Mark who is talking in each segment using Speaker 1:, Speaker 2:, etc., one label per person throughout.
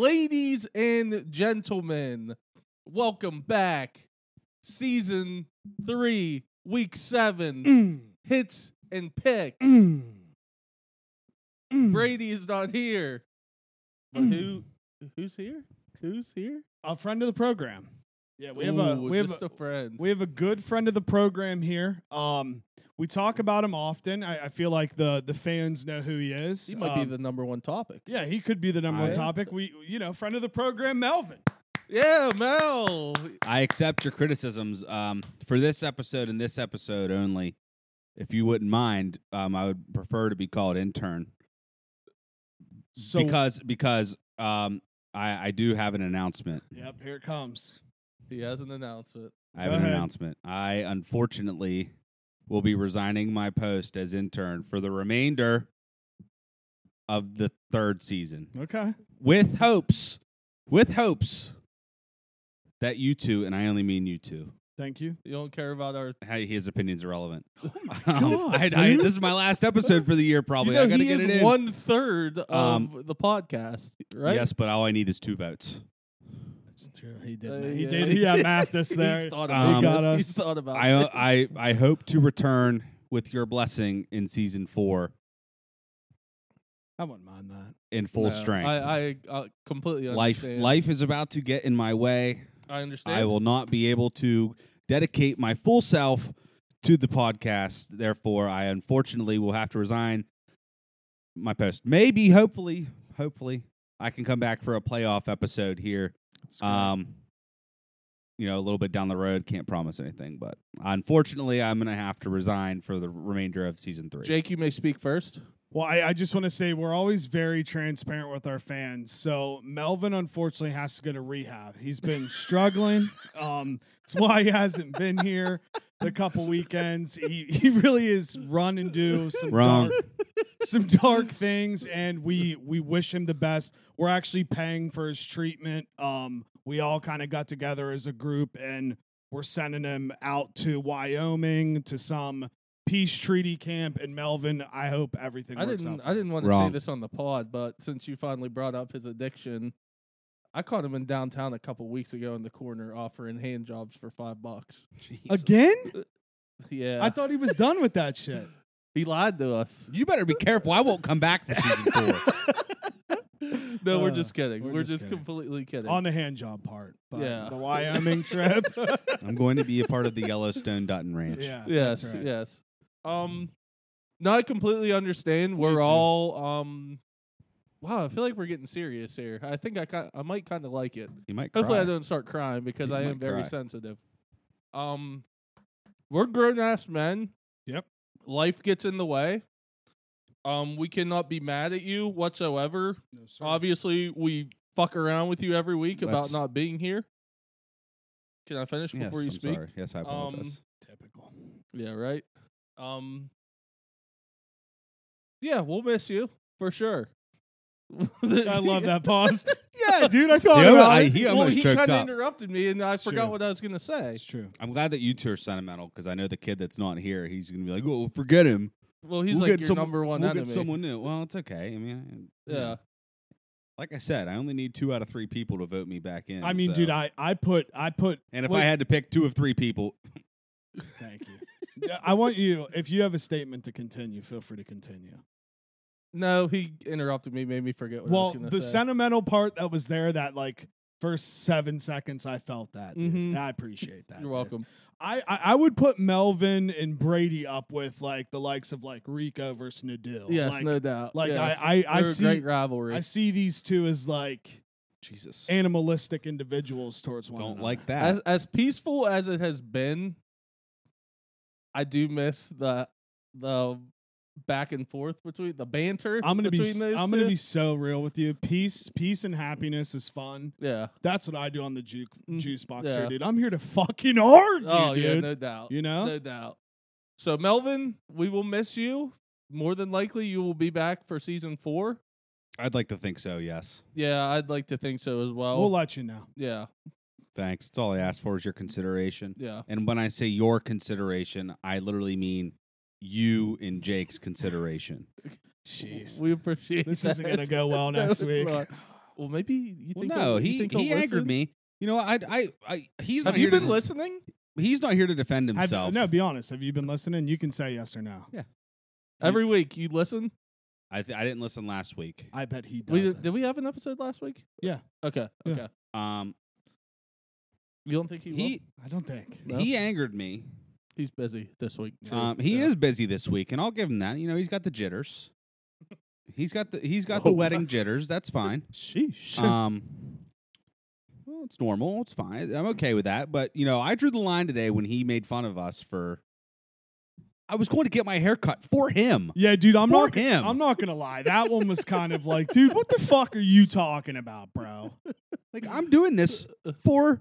Speaker 1: Ladies and gentlemen, welcome back. Season three, week seven,
Speaker 2: Mm.
Speaker 3: Mm,
Speaker 1: hits and picks.
Speaker 3: mm.
Speaker 1: Brady is not here. But
Speaker 2: Mm.
Speaker 1: who who's here? Who's here?
Speaker 3: A friend of the program. Yeah, we have a
Speaker 1: Ooh,
Speaker 3: we have
Speaker 1: just
Speaker 3: a,
Speaker 1: a friend.
Speaker 3: we have a good friend of the program here. Um, we talk about him often. I, I feel like the the fans know who he is.
Speaker 1: he might
Speaker 3: Um,
Speaker 1: be the number one topic.
Speaker 3: yeah, he could be the number
Speaker 1: I-
Speaker 3: one topic. We you know friend of the program, Melvin.
Speaker 1: Yeah, Mel.
Speaker 2: I accept your criticisms um, for this episode and this episode only. If you wouldn't mind, um, I would prefer to be called intern
Speaker 3: So
Speaker 2: because because um, I, I do have an announcement.
Speaker 3: yep, here it comes.
Speaker 1: He has an announcement.
Speaker 2: I have
Speaker 3: Go
Speaker 2: an
Speaker 3: ahead.
Speaker 2: announcement. I unfortunately will be resigning my post as intern for the remainder of the third season,
Speaker 3: Okay.
Speaker 2: with hopes, with hopes that you two, and I only mean you two,
Speaker 3: Thank you.
Speaker 1: You don't care about our
Speaker 2: how his opinion's irrelevant.
Speaker 1: Oh
Speaker 3: God,
Speaker 2: I, I,
Speaker 3: dude.
Speaker 2: this is my last episode for the year, probably.
Speaker 1: You know,
Speaker 2: I gotta
Speaker 1: he
Speaker 2: get
Speaker 1: is
Speaker 2: it in.
Speaker 1: one third of
Speaker 2: Um,
Speaker 1: the podcast, right?
Speaker 2: Yes, but all I need is two votes.
Speaker 3: That's true. He
Speaker 1: Uh,
Speaker 3: did. he
Speaker 1: yeah.
Speaker 3: did. He had math this
Speaker 1: He's
Speaker 3: there.
Speaker 1: thought
Speaker 2: Um,
Speaker 1: about
Speaker 2: He
Speaker 3: got
Speaker 1: this. He's
Speaker 3: us.
Speaker 1: thought about
Speaker 2: I,
Speaker 1: this.
Speaker 2: I I hope to return with your blessing in season four
Speaker 3: I wouldn't mind that.
Speaker 2: in full
Speaker 1: No,
Speaker 2: strength.
Speaker 1: I, I uh, completely
Speaker 2: life
Speaker 1: understand.
Speaker 2: life is about to get in my way.
Speaker 1: I understand.
Speaker 2: I will not be able to dedicate my full self to the podcast. Therefore, I unfortunately will have to resign my post. Maybe, hopefully, hopefully, I can come back for a playoff episode here
Speaker 3: It's
Speaker 1: Uh,
Speaker 2: Um, you know, a little bit down the road, can't promise anything, but unfortunately, I'm gonna have to resign for the remainder of season three.
Speaker 1: Jake, you may speak first.
Speaker 3: Well, I, I just want to say we're always very transparent with our fans. So Melvin unfortunately has to go to rehab. He's been struggling. Um, that's why he hasn't been here the couple weekends. He he really is run and do some
Speaker 2: Wrong.
Speaker 3: dark some dark things, and we we wish him the best. We're actually paying for his treatment. Um, we all kind of got together as a group, and we're sending him out to Wyoming to some peace treaty camp. And Melvin, I hope everything
Speaker 1: I
Speaker 3: works
Speaker 1: didn't.
Speaker 3: out.
Speaker 1: I didn't want to say
Speaker 2: Wrong.
Speaker 1: this on the pod, but since you finally brought up his addiction, I caught him in downtown a couple weeks ago in the corner offering hand jobs for five bucks.
Speaker 2: Jesus.
Speaker 3: Again?
Speaker 1: Yeah,
Speaker 3: I thought he was done with that shit.
Speaker 1: he lied to us.
Speaker 2: you better be careful. I won't come back for season four.
Speaker 1: No, we're
Speaker 3: Uh,
Speaker 1: just kidding. We're,
Speaker 3: we're
Speaker 1: just,
Speaker 3: just kidding.
Speaker 1: completely kidding.
Speaker 3: On the hand job part, but
Speaker 1: Yeah.
Speaker 3: the Wyoming trip.
Speaker 2: I'm going to be a part of the Yellowstone Dutton Ranch.
Speaker 3: yeah,
Speaker 1: yes,
Speaker 3: that's right.
Speaker 1: yes.
Speaker 2: Mm.
Speaker 1: Um, no, I completely understand.
Speaker 3: Me
Speaker 1: We're
Speaker 3: too.
Speaker 1: all um. Wow, I feel like we're getting serious here. I think I ki- I might kind of like it.
Speaker 2: You might.
Speaker 1: Hopefully,
Speaker 2: cry.
Speaker 1: I don't start crying because
Speaker 2: You
Speaker 1: I
Speaker 2: might
Speaker 1: am very
Speaker 2: cry.
Speaker 1: sensitive. Um, we're grown ass men.
Speaker 3: Yep.
Speaker 1: Life gets in the way. Um, we cannot be mad at you whatsoever.
Speaker 3: No, sir.
Speaker 1: Obviously, we fuck around with you every week about
Speaker 2: That's-
Speaker 1: not being here. Can I finish
Speaker 2: Yes,
Speaker 1: before you
Speaker 2: I'm
Speaker 1: speak?
Speaker 2: sorry. Yes, I apologize.
Speaker 3: Typical.
Speaker 1: Yeah, right. Um Yeah, we'll miss you for sure.
Speaker 3: I love that pause. yeah, dude, I thought
Speaker 2: Yeah,
Speaker 3: about
Speaker 2: I-
Speaker 3: it.
Speaker 2: he
Speaker 1: well,
Speaker 2: almost
Speaker 1: he
Speaker 2: choked
Speaker 1: kinda
Speaker 2: up.
Speaker 1: interrupted me, and I
Speaker 3: It's
Speaker 1: forgot
Speaker 3: true.
Speaker 1: what I was gonna say.
Speaker 3: It's true.
Speaker 2: I'm glad that you two are sentimental because I know the kid that's not here. He's gonna be like, "Oh, forget him.
Speaker 1: Well, he's
Speaker 2: We'll
Speaker 1: like
Speaker 2: get
Speaker 1: your
Speaker 2: some-
Speaker 1: number one
Speaker 2: we'll
Speaker 1: enemy.
Speaker 2: get someone new." Well, it's okay. I mean, I-
Speaker 1: Oh, yeah.
Speaker 2: Like I said, I only need two out of three people to vote me back in.
Speaker 3: I mean,
Speaker 2: so-
Speaker 3: dude, I, I put I put
Speaker 2: And if
Speaker 3: Wait.
Speaker 2: I had to pick two of three people,
Speaker 3: thank you. Yeah, I want you if you have a statement to continue, feel free to continue.
Speaker 1: No, he interrupted me, made me forget what I
Speaker 3: well,
Speaker 1: was gonna
Speaker 3: the
Speaker 1: say.
Speaker 3: sentimental part that was there that like first seven seconds I felt that. dude.
Speaker 1: Mhm.
Speaker 3: And I appreciate that.
Speaker 1: You're
Speaker 3: dude.
Speaker 1: welcome.
Speaker 3: I, I I would put Melvin and Brady up with like the likes of like Rico versus Nadil.
Speaker 1: Yes,
Speaker 3: like,
Speaker 1: no doubt.
Speaker 3: like,
Speaker 1: Yes.
Speaker 3: I- I- I
Speaker 1: They're a
Speaker 3: see-
Speaker 1: great rivalry.
Speaker 3: I see these two as like
Speaker 2: Jesus,
Speaker 3: animalistic individuals towards one
Speaker 2: don't
Speaker 3: another.
Speaker 2: like that.
Speaker 1: as as peaceful as it has been, I do miss the the back and forth between the banter.
Speaker 3: I'm gonna be
Speaker 1: between
Speaker 3: s-
Speaker 1: those
Speaker 3: I'm
Speaker 1: two.
Speaker 3: gonna be so real with you. Peace, peace, and happiness is fun.
Speaker 1: yeah.
Speaker 3: That's what I do on the juke,
Speaker 1: Mm,
Speaker 3: juice box here,
Speaker 1: yeah.
Speaker 3: dude. I'm here to fucking argue,
Speaker 1: Oh
Speaker 3: dude.
Speaker 1: yeah, no doubt.
Speaker 3: you know?
Speaker 1: no doubt. So Melvin, we will miss you. More than likely, you will be back for season four.
Speaker 2: I'd like to think so. Yes.
Speaker 1: Yeah, I'd like to think so as well.
Speaker 3: We'll let you know.
Speaker 1: yeah,
Speaker 2: Thanks. That's all I asked for is your consideration.
Speaker 1: yeah.
Speaker 2: And when I say your consideration, I literally mean you and Jake's consideration.
Speaker 3: Jeez,
Speaker 1: We appreciate
Speaker 3: this
Speaker 1: is
Speaker 3: isn't gonna go well next week.
Speaker 1: Well, maybe you
Speaker 2: Well,
Speaker 1: think.
Speaker 2: no,
Speaker 1: he'll- you
Speaker 2: he
Speaker 1: think he'll
Speaker 2: he angered
Speaker 1: listen?
Speaker 2: me. You know, I I I he's
Speaker 1: Have
Speaker 2: not
Speaker 1: you
Speaker 2: here
Speaker 1: been
Speaker 2: to,
Speaker 1: listening?
Speaker 2: He's not here to defend
Speaker 3: Have-
Speaker 2: himself.
Speaker 3: no, be honest. Have you been listening? You can say yes or no.
Speaker 1: Every week you listen.
Speaker 2: I th- I didn't listen last week.
Speaker 3: I bet he
Speaker 1: We,
Speaker 3: does.
Speaker 1: did we have an episode last week?
Speaker 3: Yeah.
Speaker 1: Okay.
Speaker 3: Yeah.
Speaker 1: Okay.
Speaker 2: Um,
Speaker 1: You don't think he? will?
Speaker 2: he
Speaker 3: I don't think.
Speaker 1: No.
Speaker 2: he angered me.
Speaker 1: He's busy this week.
Speaker 3: True.
Speaker 2: Um, he
Speaker 1: Yeah.
Speaker 2: is busy this week, and I'll give him that. You know, he's got the jitters. He's got the he's got the
Speaker 3: Whoa.
Speaker 2: wedding jitters. That's fine.
Speaker 3: Sheesh.
Speaker 2: Um, well, it's normal. It's fine. I'm okay with that. But you know, I drew the line today when he made fun of us for. I was going to get my hair cut for him.
Speaker 3: yeah, dude, I'm
Speaker 2: for
Speaker 3: not.
Speaker 2: him.
Speaker 3: I'm not gonna lie. That one was kind of like, dude, what the fuck are you talking about, bro?
Speaker 2: Like I'm doing this for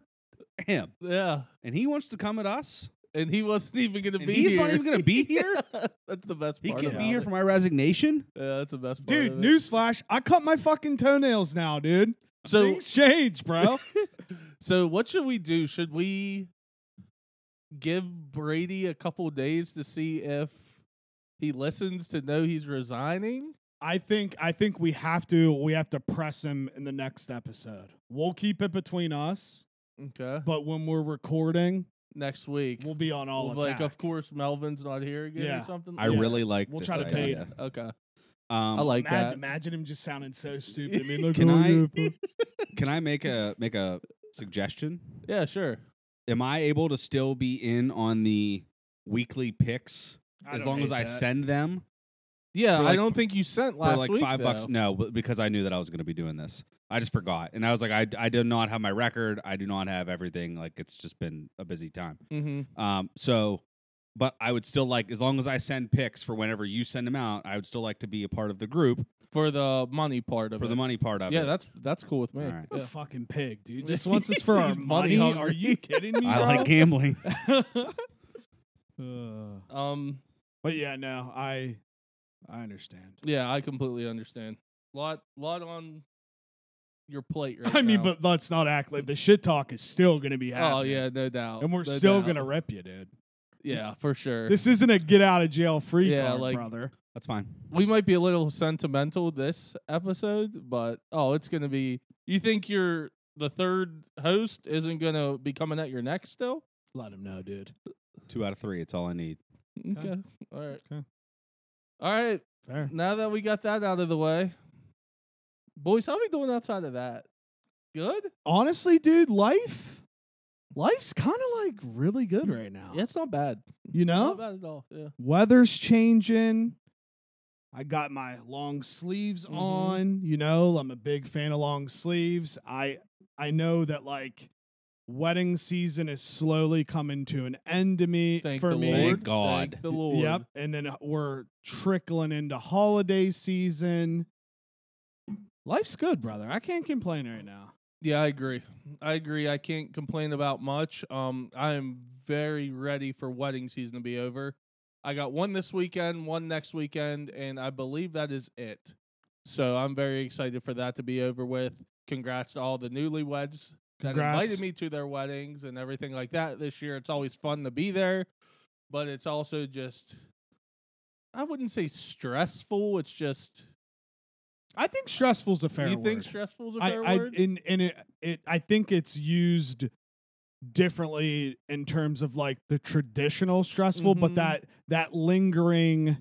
Speaker 2: him,
Speaker 1: Yeah.
Speaker 2: and he wants to come at us.
Speaker 1: And he wasn't even going to
Speaker 2: And
Speaker 1: be
Speaker 2: he's
Speaker 1: here.
Speaker 2: not even gonna be here?
Speaker 1: that's the best
Speaker 2: He
Speaker 1: part.
Speaker 2: could
Speaker 1: about
Speaker 2: be here
Speaker 1: it.
Speaker 2: for my resignation.
Speaker 1: Yeah, that's the best part.
Speaker 3: Dude,
Speaker 1: of it.
Speaker 3: newsflash: I cut my fucking toenails now, dude.
Speaker 1: So,
Speaker 3: Things change, bro.
Speaker 1: so what should we do? Should we give Brady a couple days to see if he listens to know he's resigning?
Speaker 3: I think I think we have to we have to press him in the next episode. We'll keep it between us,
Speaker 1: Okay.
Speaker 3: but when we're recording,
Speaker 1: Next week.
Speaker 3: we'll be on all
Speaker 1: We'll be
Speaker 3: attack.
Speaker 1: like, of course, Melvin's not here again
Speaker 3: Yeah.
Speaker 1: or something.
Speaker 2: I
Speaker 3: Yeah.
Speaker 2: really like.
Speaker 3: We'll
Speaker 2: this
Speaker 3: try to bait
Speaker 2: idea.
Speaker 3: him.
Speaker 1: Okay.
Speaker 2: Um,
Speaker 1: I like
Speaker 3: imagine,
Speaker 1: that.
Speaker 3: imagine him just sounding so stupid. I mean, look,
Speaker 2: Can
Speaker 3: oh,
Speaker 2: I-
Speaker 3: yeah, fuck.
Speaker 2: Can I make a make a suggestion?
Speaker 1: Yeah, sure.
Speaker 2: Am I able to still be in on the weekly picks
Speaker 3: I
Speaker 2: as
Speaker 3: don't
Speaker 2: long as
Speaker 3: hate
Speaker 2: I
Speaker 3: that.
Speaker 2: send them
Speaker 1: Yeah,
Speaker 2: For
Speaker 1: I
Speaker 2: like-
Speaker 1: don't think you sent last
Speaker 2: for like
Speaker 1: week,
Speaker 2: five bucks?
Speaker 1: though.
Speaker 2: No, but because I knew that I was going to be doing this, I just forgot, and I was like, I I do not have my record. I do not have everything. Like it's just been a busy time.
Speaker 1: Mhm.
Speaker 2: Um, so, but I would still like as long as I send picks for whenever you send them out, I would still like to be a part of the group
Speaker 1: For the money part of
Speaker 2: for
Speaker 1: it.
Speaker 2: the money part of
Speaker 1: Yeah,
Speaker 2: it.
Speaker 1: that's that's cool with me.
Speaker 2: All right.
Speaker 3: What
Speaker 1: Yeah.
Speaker 3: a fucking pig, dude. Just wants us for our
Speaker 1: He's
Speaker 3: money.
Speaker 1: money
Speaker 3: Are
Speaker 1: hungry.
Speaker 3: you kidding me?
Speaker 2: I
Speaker 3: bro?
Speaker 2: like gambling.
Speaker 3: Uh,
Speaker 1: Um.
Speaker 3: but yeah, no, I I understand.
Speaker 1: Yeah, I completely understand. Lot lot on your plate right
Speaker 3: I mean,
Speaker 1: now.
Speaker 3: but let's not act like the shit talk is still gonna be happening.
Speaker 1: oh yeah, no doubt.
Speaker 3: and we're
Speaker 1: No
Speaker 3: still
Speaker 1: doubt.
Speaker 3: gonna rip you, dude.
Speaker 1: yeah for sure.
Speaker 3: This isn't a get out of jail free
Speaker 1: Yeah,
Speaker 3: card,
Speaker 1: like-
Speaker 3: brother.
Speaker 2: That's fine.
Speaker 1: we might be a little sentimental this episode, but oh, it's gonna be. You think you're the third host isn't gonna be coming at your neck still?
Speaker 3: Let him know, dude.
Speaker 2: Two out of three. It's all I need.
Speaker 1: Okay. All right.
Speaker 3: Okay.
Speaker 1: All right.
Speaker 3: Fair.
Speaker 1: Now that we got that out of the way, boys, how we doing outside of that? Good.
Speaker 3: Honestly, dude, life life's kind of like really good right now.
Speaker 1: Yeah, it's not bad.
Speaker 3: You know?
Speaker 1: Not bad at all. Yeah.
Speaker 3: Weather's changing. I got my long sleeves
Speaker 1: Mhm.
Speaker 3: on. You know, I'm a big fan of long sleeves. I I know that like wedding season is slowly coming to an end to me
Speaker 1: Thank
Speaker 3: for
Speaker 1: the
Speaker 3: me.
Speaker 1: Lord.
Speaker 2: Thank God.
Speaker 1: Thank the Lord.
Speaker 3: Yep. And then uh, we're trickling into holiday season. Life's good, brother. I can't complain right now.
Speaker 1: Yeah, I agree. I agree. I can't complain about much. Um, I am very ready for wedding season to be over. I got one this weekend, one next weekend, and I believe that is it. So I'm very excited for that to be over with. Congrats to all the newlyweds that
Speaker 3: Congrats.
Speaker 1: invited me to their weddings and everything like that this year. It's always fun to be there, but it's also just I wouldn't say stressful. It's just
Speaker 3: I think stressful's a fair
Speaker 1: you
Speaker 3: word.
Speaker 1: think stressful is a
Speaker 3: I,
Speaker 1: fair
Speaker 3: I
Speaker 1: word?
Speaker 3: and, and it, it I think it's used differently in terms of like the traditional stressful, but
Speaker 1: Mhm.
Speaker 3: that that lingering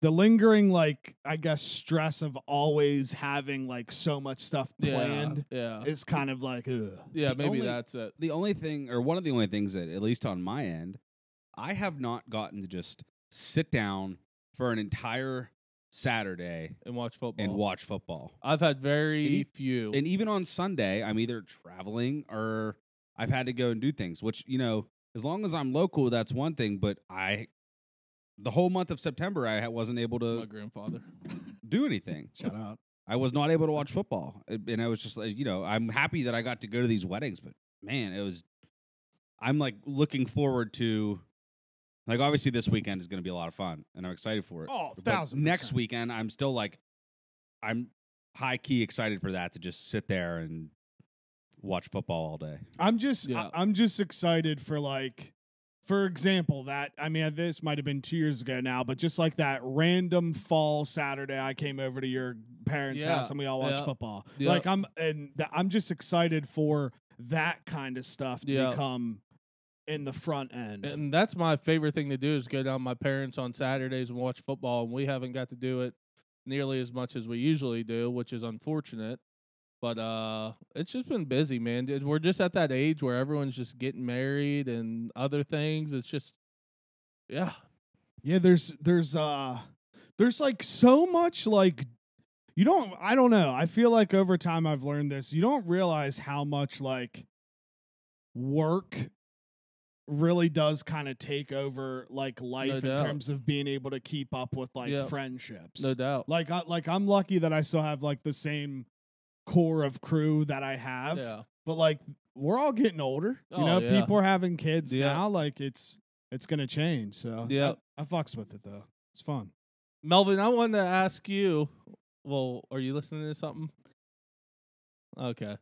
Speaker 3: the lingering like I guess stress of always having like so much stuff
Speaker 1: Yeah,
Speaker 3: planned
Speaker 1: Yeah.
Speaker 3: is kind of like ugh.
Speaker 1: Yeah,
Speaker 2: The
Speaker 1: maybe
Speaker 2: only-
Speaker 1: that's it.
Speaker 2: the only thing or one of the only things that at least on my end i have not gotten to just sit down for an entire saturday
Speaker 1: and watch football.
Speaker 2: and watch football
Speaker 1: I've had very
Speaker 2: And e-
Speaker 1: few.
Speaker 2: and even on sunday i'm either traveling or i've had to go and do things which you know as long as i'm local that's one thing but i the whole month of september i ha- wasn't able
Speaker 1: It's my
Speaker 2: to
Speaker 1: grandfather.
Speaker 2: do anything
Speaker 3: Shout out.
Speaker 2: i was not able to watch football Uh, and i was just like you know i'm happy that i got to go to these weddings but man it was i'm like looking forward to like obviously this weekend is going to be a lot of fun and i'm excited for it
Speaker 3: Oh,
Speaker 2: But
Speaker 3: thousand
Speaker 2: next
Speaker 3: percent.
Speaker 2: weekend i'm still like i'm high key excited for that to just sit there and watch football all day
Speaker 3: I'm just
Speaker 1: Yeah.
Speaker 3: I, am just excited for like for example, that I mean, this might have been two years ago now, but just like that random fall Saturday, I came over to your parents'
Speaker 1: Yeah,
Speaker 3: house and we all watched
Speaker 1: yeah,
Speaker 3: football.
Speaker 1: yeah.
Speaker 3: Like I'm, and th- I'm just excited for that kind of stuff to
Speaker 1: Yeah.
Speaker 3: become in the front end.
Speaker 1: And that's my favorite thing to do is go down to my parents on Saturdays and watch football. And we haven't got to do it nearly as much as we usually do, which is unfortunate. But uh, it's just been busy, man. It- We're just at that age where everyone's just getting married and other things. It's just, yeah,
Speaker 3: Yeah, there's there's uh there's like so much like you don't I don't know. I feel like over time I've learned this. You don't realize how much like work really does kind of take over like life in
Speaker 1: doubt.
Speaker 3: terms of being able to keep up with like
Speaker 1: Yeah.
Speaker 3: friendships.
Speaker 1: no doubt.
Speaker 3: Like I like I'm lucky that I still have like the same core of crew that I have.
Speaker 1: Yeah,
Speaker 3: But like we're all getting older. you
Speaker 1: Oh,
Speaker 3: know,
Speaker 1: yeah.
Speaker 3: people are having kids
Speaker 1: Yeah.
Speaker 3: now. Like it's it's gonna change. So
Speaker 1: yeah.
Speaker 3: I fucks with it though. It's fun.
Speaker 1: Melvin, I wanted to ask you. Well, are you listening to something? Okay.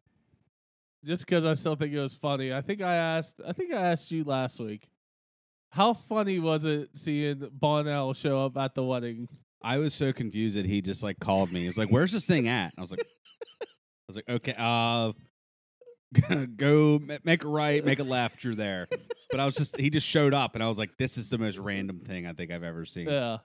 Speaker 1: Just because I still think it was funny, I think I asked. I think I asked you last week. How funny was it seeing Bonnell show up at the wedding?
Speaker 2: I was so confused that he just like called me. He was like, "Where's this thing at?" And I was like, "I was like, okay, uh, go ma- make a right, make a left. You're there." But I was just he just showed up, and I was like, "This is the most random thing I think I've ever seen."
Speaker 1: Yeah,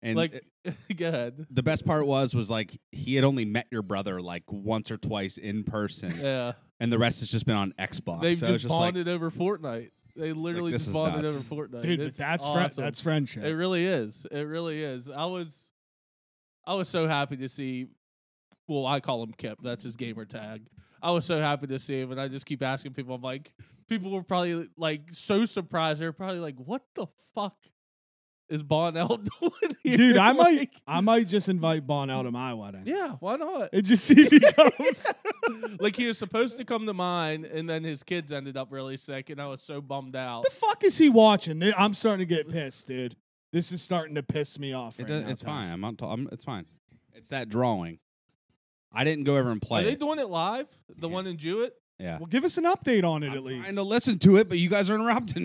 Speaker 2: and
Speaker 1: like
Speaker 2: uh,
Speaker 1: go ahead.
Speaker 2: the best part was was like he had only met your brother like once or twice in person,
Speaker 1: Yeah,
Speaker 2: and the rest has just been on Xbox.
Speaker 1: they
Speaker 2: so
Speaker 1: just,
Speaker 2: it's just like,
Speaker 1: bonded over Fortnite. They literally
Speaker 2: this
Speaker 1: just
Speaker 2: is
Speaker 1: bonded
Speaker 2: nuts.
Speaker 1: over Fortnite,
Speaker 3: Dude, but
Speaker 1: It's
Speaker 3: that's fri-
Speaker 1: awesome.
Speaker 3: that's friendship.
Speaker 1: It really is. It really is. I was I was so happy to see well, I call him Kip. That's his gamer tag. I was so happy to see him and I just keep asking people, I'm like people were probably like so surprised. They're probably like, What the fuck is Bonnell doing here?
Speaker 3: Dude, I might
Speaker 1: Like,
Speaker 3: I might just invite Bonnell to my wedding.
Speaker 1: Yeah, why not?
Speaker 3: And just see if he comes.
Speaker 1: like he was supposed to come to mine and then his kids ended up really sick and I was so bummed out.
Speaker 3: the fuck is he watching? Th- I'm starting to get pissed, dude. This is starting to piss me off.
Speaker 2: It
Speaker 3: Right
Speaker 2: does-
Speaker 3: now,
Speaker 2: it's
Speaker 3: Tom.
Speaker 2: fine. I'm not. Ta- I'm, it's fine. It's that drawing. I didn't go over and play.
Speaker 1: Are they
Speaker 2: it.
Speaker 1: doing it live? The
Speaker 2: Yeah.
Speaker 1: one in Jewett?
Speaker 2: yeah,
Speaker 3: Well, give us an update on it at
Speaker 2: I'm
Speaker 3: least.
Speaker 2: trying to listen to it, but you guys are interrupting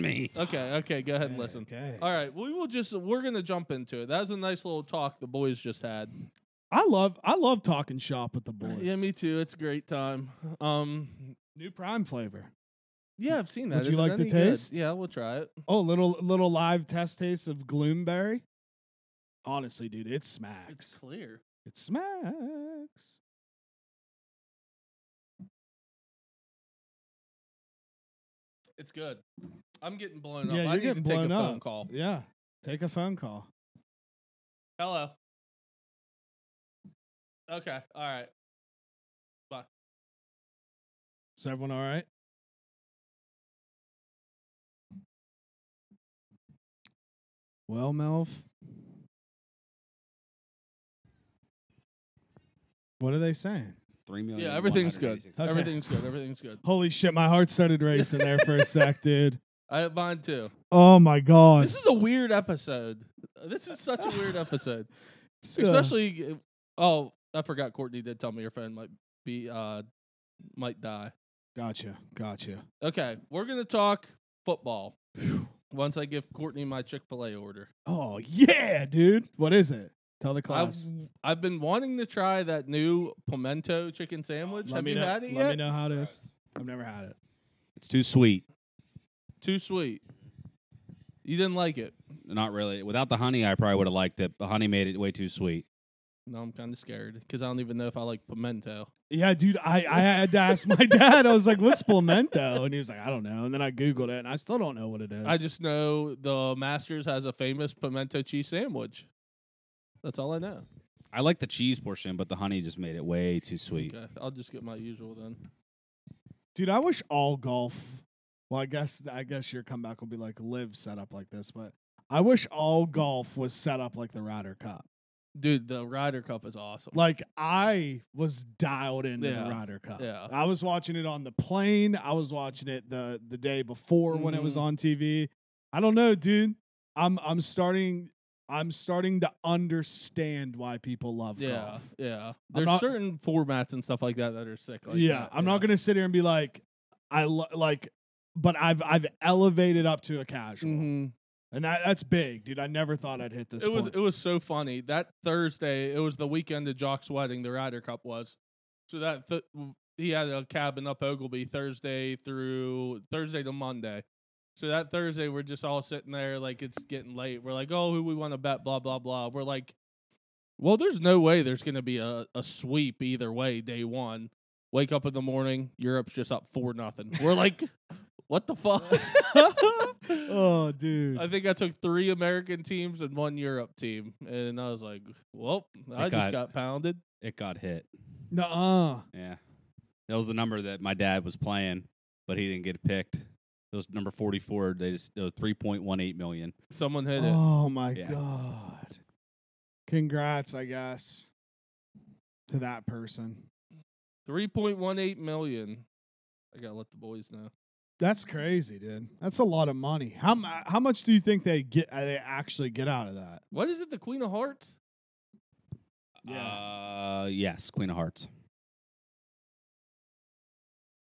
Speaker 2: me.
Speaker 1: Okay, okay, go ahead and
Speaker 3: Okay,
Speaker 1: listen.
Speaker 3: Okay.
Speaker 1: All right, we will just we're gonna jump into it. That was a nice little talk the boys just had.
Speaker 3: I love I love talking shop with the boys.
Speaker 1: Yeah, me too. It's a great time. Um,
Speaker 3: New prime flavor.
Speaker 1: yeah, I've seen that.
Speaker 3: Would you
Speaker 1: Is it
Speaker 3: like to
Speaker 1: any good?
Speaker 3: taste?
Speaker 1: Yeah, we'll try it.
Speaker 3: Oh, little little live test taste of Gloomberry. Honestly, dude, it
Speaker 1: It's
Speaker 3: smacks.
Speaker 1: clear.
Speaker 3: It smacks.
Speaker 1: It's good. I'm getting blown up.
Speaker 3: Yeah,
Speaker 1: I
Speaker 3: you're
Speaker 1: need
Speaker 3: getting
Speaker 1: to take
Speaker 3: blown
Speaker 1: a phone
Speaker 3: up.
Speaker 1: call.
Speaker 3: Yeah. Take a phone call.
Speaker 1: Hello. Okay. All right.
Speaker 3: Is everyone all right? Well, Melv, what are they saying?
Speaker 2: Three million.
Speaker 1: Yeah, everything's good.
Speaker 2: 186.
Speaker 3: Okay.
Speaker 1: Everything's good. Everything's good.
Speaker 3: Holy shit, my heart started racing there for a sec, dude.
Speaker 1: I have mine too.
Speaker 3: Oh my god.
Speaker 1: This is a weird episode. This is such a weird episode.
Speaker 3: So-
Speaker 1: Especially. Oh, I forgot. Courtney did tell me your phone might be uh might die.
Speaker 3: Gotcha, gotcha.
Speaker 1: Okay, we're gonna talk football. Once I give Courtney my Chick Fil A order,
Speaker 3: Oh yeah, dude. What is it? Tell the
Speaker 1: I've,
Speaker 3: class.
Speaker 1: I've been wanting to try that new pimento chicken sandwich.
Speaker 3: Let
Speaker 1: Have
Speaker 3: me
Speaker 1: you
Speaker 3: know.
Speaker 1: had it
Speaker 3: Let
Speaker 1: yet?
Speaker 3: me know how it is. I've never had it.
Speaker 2: It's too sweet.
Speaker 1: Too sweet. You didn't like it.
Speaker 2: Not really. Without the honey, I probably would have liked it. The honey made it way too sweet.
Speaker 1: No, I'm kind of scared because I don't even know if I like pimento.
Speaker 3: Yeah, dude, I, I had to ask my dad. I was like, what's Splemento? And he was like, I don't know. And then I Googled it and I still don't know what it is.
Speaker 1: I just know the Masters has a famous pimento cheese sandwich. That's all I know.
Speaker 2: I like the cheese portion, but the honey just made it way too sweet.
Speaker 1: Okay, I'll just get my usual then.
Speaker 3: dude, I wish all golf well, I guess I guess your comeback will be like live set up like this, but I wish all golf was set up like the Ryder Cup.
Speaker 1: Dude, the Ryder Cup is awesome.
Speaker 3: Like I was dialed into
Speaker 1: Yeah,
Speaker 3: the Ryder Cup.
Speaker 1: yeah.
Speaker 3: I was watching it on the plane. I was watching it the the day before when it was
Speaker 1: Mm-hmm.
Speaker 3: on TV. I don't know, dude. I'm I'm starting I'm starting to understand why people love
Speaker 1: yeah,
Speaker 3: golf.
Speaker 1: yeah. There's
Speaker 3: not-
Speaker 1: certain formats and stuff like that that are sick. Like
Speaker 3: yeah,
Speaker 1: that,
Speaker 3: I'm not gonna sit here and be like, I lo- like but I've I've elevated up to a casual,
Speaker 1: Mhm.
Speaker 3: and that that's big, dude. I never thought I'd hit this.
Speaker 1: It was
Speaker 3: point.
Speaker 1: it was so funny that Thursday. It was the weekend of Jock's wedding. The Ryder Cup was, so that th- he had a cabin up Ogleby Thursday through Thursday to Monday. So that Thursday we're just all sitting there like it's getting late. We're like, oh, who we want to bet? Blah blah blah. We're like, well, there's no way there's gonna be a, a sweep either way day one. Wake up in the morning, Europe's just up four nothing. We're like, what the fuck?
Speaker 3: oh, dude.
Speaker 1: I think I took three American teams and one Europe team, and I was like, "Well, I
Speaker 2: got-
Speaker 1: just got pounded."
Speaker 2: It got hit.
Speaker 3: Nuh-uh.
Speaker 2: Yeah. That was the number that my dad was playing, but he didn't get picked. It was number 44. They just, it was 3.18 million.
Speaker 1: Someone hit it.
Speaker 3: Oh my
Speaker 2: Yeah.
Speaker 3: god. Congrats, I guess, to that person.
Speaker 1: Three point one eight million. I gotta let the boys know.
Speaker 3: That's crazy, dude. That's a lot of money. How mu- how much do you think they get? uh, They actually get out of that?
Speaker 1: What is it? The Queen of Hearts?
Speaker 2: Yeah. Uh, yes, Queen of Hearts.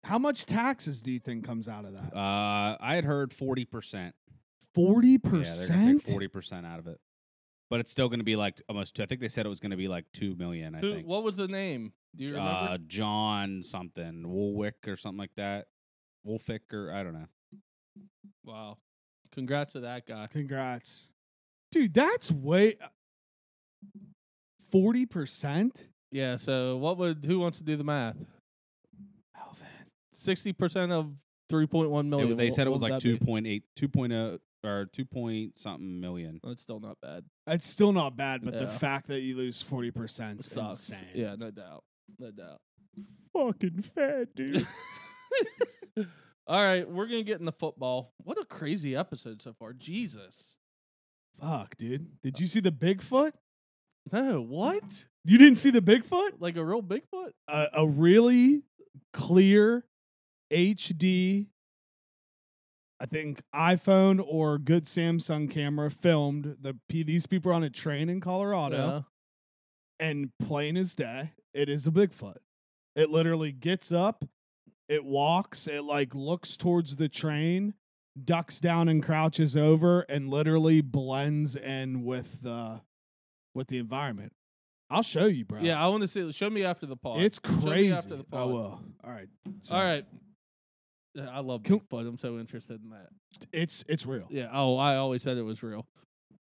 Speaker 3: How much taxes do you think comes out of that?
Speaker 2: Uh, I had heard 40%.
Speaker 3: Forty
Speaker 2: Yeah,
Speaker 3: percent.
Speaker 2: they're gonna take 40% out of it. But it's still going to be like almost two. I think they said it was going to be like 2 million, I
Speaker 1: Who?
Speaker 2: think.
Speaker 1: What was the name? Do you remember?
Speaker 2: Uh, John something, Woolwick or something like that. Wolfick or I don't know.
Speaker 1: wow. Congrats to that guy.
Speaker 3: Congrats, dude. That's way uh, forty percent.
Speaker 1: Yeah. So, what would? Who wants to do the math?
Speaker 3: Alvin,
Speaker 1: Sixty percent of three point one million.
Speaker 2: It- they
Speaker 1: Wh-
Speaker 2: said it
Speaker 1: Oh, what
Speaker 2: was
Speaker 1: would
Speaker 2: like
Speaker 1: that be?
Speaker 2: 2.8, 2.0 oh, or 2 point something million.
Speaker 1: That's still not bad.
Speaker 3: it's still not bad, but the
Speaker 1: Yeah.
Speaker 3: fact that you lose forty percent is
Speaker 1: Sucks.
Speaker 3: insane.
Speaker 1: Yeah, no doubt. No doubt.
Speaker 3: fucking fat, dude.
Speaker 1: All right, we're gonna get into football. What a crazy episode so far. Jesus.
Speaker 3: Fuck, dude. Did you see the Bigfoot?
Speaker 1: No, what?
Speaker 3: You didn't see the Bigfoot?
Speaker 1: Like a real Bigfoot?
Speaker 3: A, a really clear HD, I think iPhone or good Samsung camera filmed the p- these people are on a train in Colorado and plain as day, it is a Bigfoot. It literally gets up, it walks, it like looks towards the train, ducks down and crouches over, and literally blends in with the with the environment. I'll show you, bro.
Speaker 1: Yeah. Yeah, I want to see. Show me after the pod.
Speaker 3: it's
Speaker 1: me
Speaker 3: crazy.
Speaker 1: after the
Speaker 3: I
Speaker 1: pod.
Speaker 3: will. All right,
Speaker 1: All right. Yeah, I love
Speaker 3: Can-
Speaker 1: Bigfoot. I'm so interested in that.
Speaker 3: it's it's real.
Speaker 1: Yeah. Oh, I always said it was real.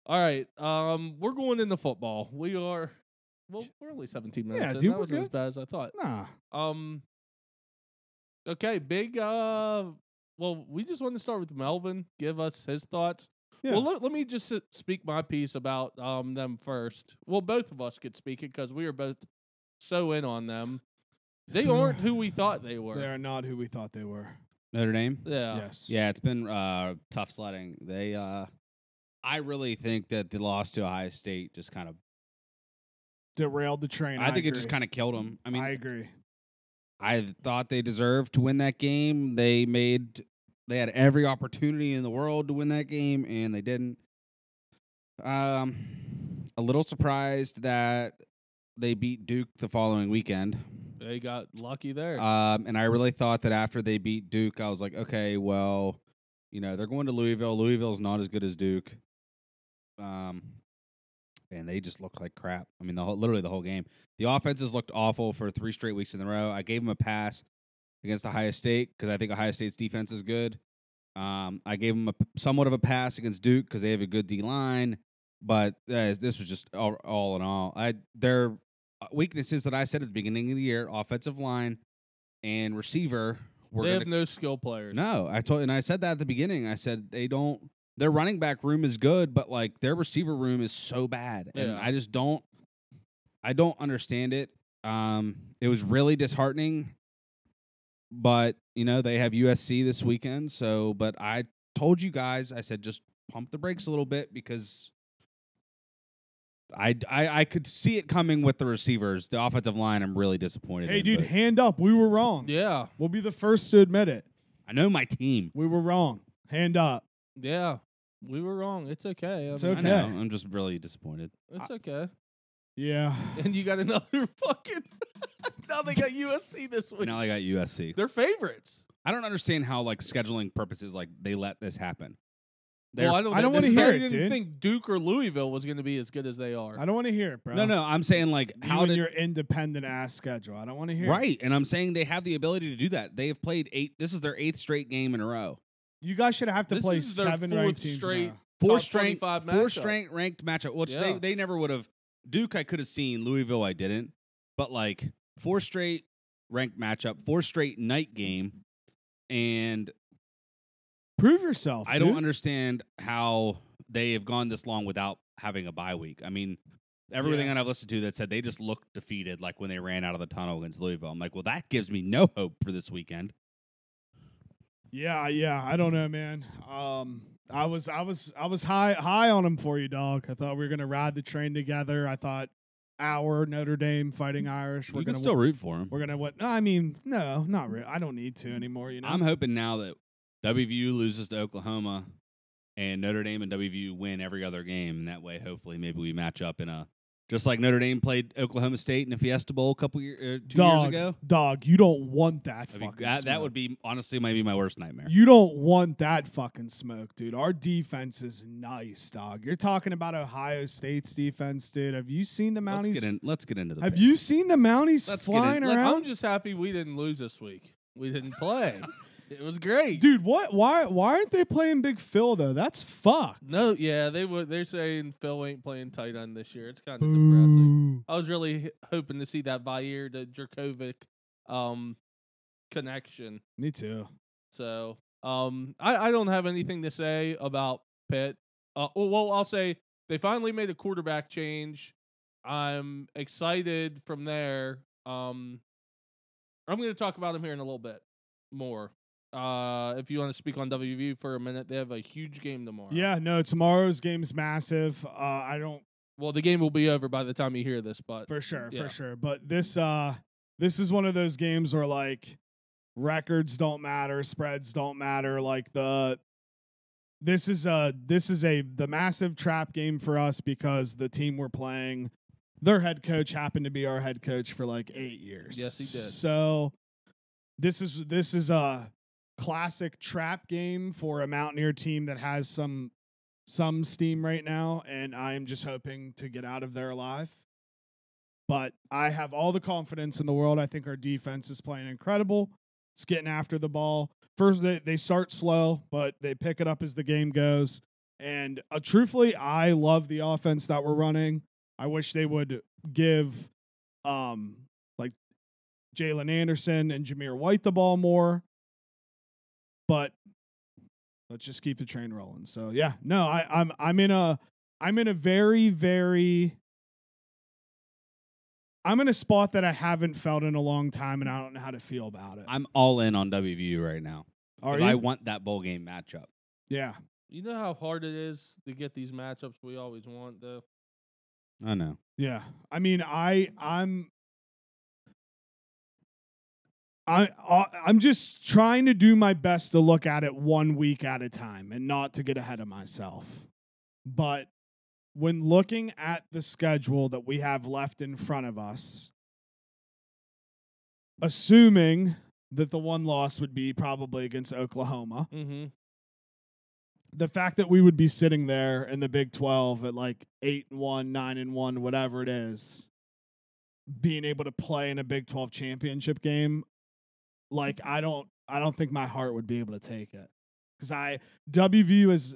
Speaker 1: All right. Um, we're going into football. We are. Well, we're only 17 minutes.
Speaker 3: Yeah,
Speaker 1: in.
Speaker 3: dude,
Speaker 1: that
Speaker 3: we're
Speaker 1: wasn't as
Speaker 3: good.
Speaker 1: bad as I thought.
Speaker 3: Nah,
Speaker 1: Um. Okay, big. Uh, well, we just want to start with Melvin. Give us his thoughts.
Speaker 3: Yeah.
Speaker 1: Well, let, let me just s- speak my piece about um them first. Well, both of us could speak it because we are both so in on them. They
Speaker 3: So-
Speaker 1: aren't who we thought they were.
Speaker 3: they are not who we thought they were.
Speaker 2: Notre Dame?
Speaker 1: yeah.
Speaker 3: Yes.
Speaker 2: Yeah, it's been uh, tough sledding. They, uh, I really think that the loss to Ohio State just kind of.
Speaker 3: Derailed the train.
Speaker 2: I, think it just kind of killed them. I mean,
Speaker 3: I agree.
Speaker 2: I thought they deserved to win that game. They made, they had every opportunity in the world to win that game, and they didn't. Um, a little surprised that they beat Duke the following weekend.
Speaker 1: They got lucky there.
Speaker 2: Um, and I really thought that after they beat Duke, I was like, okay, well, you know, they're going to Louisville. Louisville's not as good as Duke. Um, and they just looked like crap. I mean, the whole, literally the whole game. The offenses looked awful for three straight weeks in a row. I gave them a pass against Ohio State because I think Ohio State's defense is good. Um, I gave them a, somewhat of a pass against Duke because they have a good D line. But uh, this was just all, all in all, I their uh, weaknesses that I said at the beginning of the year: offensive line and receiver. Were
Speaker 1: they
Speaker 2: gonna
Speaker 1: have no skill players.
Speaker 2: no, I told and I said that at the beginning. I said they don't their running back room is good, but like their receiver room is so bad. And
Speaker 1: Yeah.
Speaker 2: I just don't I don't understand it. Um it was really disheartening. But, you know, they have USC this weekend, so but I told you guys, I said just pump the brakes a little bit because I, I I could see it coming with the receivers. The offensive line, I'm really disappointed.
Speaker 3: Hey,
Speaker 2: in,
Speaker 3: dude,
Speaker 2: but
Speaker 3: hand up. We were wrong.
Speaker 1: Yeah.
Speaker 3: We'll be the first to admit it.
Speaker 2: I know my team.
Speaker 3: We were wrong. Hand up.
Speaker 1: Yeah. We were wrong. It's okay. I
Speaker 3: It's
Speaker 2: I
Speaker 1: mean,
Speaker 3: okay.
Speaker 2: know. I'm just really disappointed.
Speaker 1: It's okay.
Speaker 3: Yeah.
Speaker 1: And you got another fucking. now they got USC this week.
Speaker 2: Now I got USC.
Speaker 1: They're favorites.
Speaker 2: I don't understand how like scheduling purposes like they let this happen. They're-
Speaker 1: Well, I don't.
Speaker 3: I don't
Speaker 1: want
Speaker 3: wanna
Speaker 1: to
Speaker 3: hear
Speaker 1: I
Speaker 3: it,
Speaker 1: didn't
Speaker 3: dude.
Speaker 1: think Duke or Louisville was going to be as good as they are.
Speaker 3: I don't want to hear it, bro.
Speaker 2: no, no, I'm saying like
Speaker 3: How
Speaker 2: how
Speaker 3: you
Speaker 2: did
Speaker 3: and your independent ass schedule. I don't want to hear. it.
Speaker 2: right, and I'm saying they have the ability to do that. They have played eight. This is their eighth straight game in a row.
Speaker 3: You guys should have to
Speaker 1: This
Speaker 3: play
Speaker 1: is their
Speaker 3: seven
Speaker 1: fourth
Speaker 3: ranked teams.
Speaker 1: straight-
Speaker 3: now.
Speaker 2: Four
Speaker 1: Top
Speaker 2: strength,
Speaker 1: 25
Speaker 2: four
Speaker 1: matchup.
Speaker 2: strength ranked matchup, which they
Speaker 1: Yeah.
Speaker 2: they never would have. Duke, I could have seen Louisville, I didn't, but like four straight ranked matchup, four straight night game, and
Speaker 3: Prove yourself.
Speaker 2: I don't
Speaker 3: dude.
Speaker 2: understand how they have gone this long without having a bye week. I mean, everything
Speaker 3: Yeah.
Speaker 2: that I've listened to that said they just looked defeated, like when they ran out of the tunnel against Louisville. I'm like, well, that gives me no hope for this weekend.
Speaker 3: Yeah, yeah, I don't know, man. Um, I was, I was, I was high, high on him for you, dog. I thought we were gonna ride the train together. I thought our Notre Dame fighting Irish. We're
Speaker 2: we can
Speaker 3: gonna
Speaker 2: still
Speaker 3: win-
Speaker 2: root for them.
Speaker 3: We're gonna what? No, I mean, no, not really. I don't need to anymore. You know,
Speaker 2: I'm hoping now that WVU loses to Oklahoma and Notre Dame and WVU win every other game, and that way, hopefully, maybe we match up in a just like Notre Dame played Oklahoma State in a Fiesta Bowl a couple year, uh, two
Speaker 3: dog,
Speaker 2: years ago.
Speaker 3: dog. You don't want that
Speaker 2: That'd be-
Speaker 3: fucking.
Speaker 2: that, that
Speaker 3: smoke.
Speaker 2: would be honestly might be my worst nightmare.
Speaker 3: You don't want that fucking smoke, dude. Our defense is nice, dog. You're talking about Ohio State's defense, dude. Have you seen the
Speaker 2: let's
Speaker 3: Mounties?
Speaker 2: get in. Let's get into the.
Speaker 3: Have
Speaker 2: picks.
Speaker 3: you seen the Mounties
Speaker 2: Let's get in-
Speaker 3: flying
Speaker 2: let's-
Speaker 3: around?
Speaker 1: I'm just happy we didn't lose this week. We didn't play. it was great.
Speaker 3: Dude, what? Why? Why aren't they playing Big Phil though? That's fucked.
Speaker 1: No, yeah, they were. They're saying Phil ain't playing tight end this year. It's kind of depressing. I was really h- hoping to see that Bayer to Djurkovic um, connection.
Speaker 3: Me too.
Speaker 1: So um, I, I don't have anything to say about Pitt. Uh, oh, well, I'll say they finally made a quarterback change. I'm excited from there. Um, I'm going to talk about him here in a little bit more. Uh, if you want to speak on WVU for a minute, they have a huge game tomorrow.
Speaker 3: Yeah. No. Tomorrow's game's massive. Uh, I don't
Speaker 1: Well, the game will be over by the time you hear this, but
Speaker 3: for sure,
Speaker 1: Yeah.
Speaker 3: for sure. But this, uh, this is one of those games where like records don't matter, spreads don't matter. Like the this is a this is a the massive trap game for us because the team we're playing, their head coach happened to be our head coach for like eight years.
Speaker 1: Yes, he did.
Speaker 3: So this is this is a classic trap game for a Mountaineer team that has some some steam right now, and I am just hoping to get out of there alive. But I have all the confidence in the world. I think our defense is playing incredible. It's getting after the ball. First, they, they start slow, but they pick it up as the game goes. And uh, truthfully, I love the offense that we're running. I wish they would give um, like Jalen Anderson and Jameer White the ball more. But let's just keep the train rolling. So yeah, no, I, I'm I'm in a I'm in a very very I'm in a spot that I haven't felt in a long time, and I don't know how to feel about it.
Speaker 2: I'm all in on WVU right now.
Speaker 3: Are
Speaker 2: 'Cause
Speaker 3: you?
Speaker 2: I want that bowl game matchup.
Speaker 3: yeah,
Speaker 1: you know how hard it is to get these matchups we always want, though.
Speaker 2: I know.
Speaker 3: yeah. I mean, I I'm I I- I'm just trying to do my best to look at it one week at a time and not to get ahead of myself. But when looking at the schedule that we have left in front of us, assuming that the one loss would be probably against Oklahoma,
Speaker 1: Mm-hmm.
Speaker 3: the fact that we would be sitting there in the Big 12 at like 8 and 1, 9 and 1, whatever it is, being able to play in a Big 12 championship game, like I don't I don't think my heart would be able to take it. Cuz I WVU is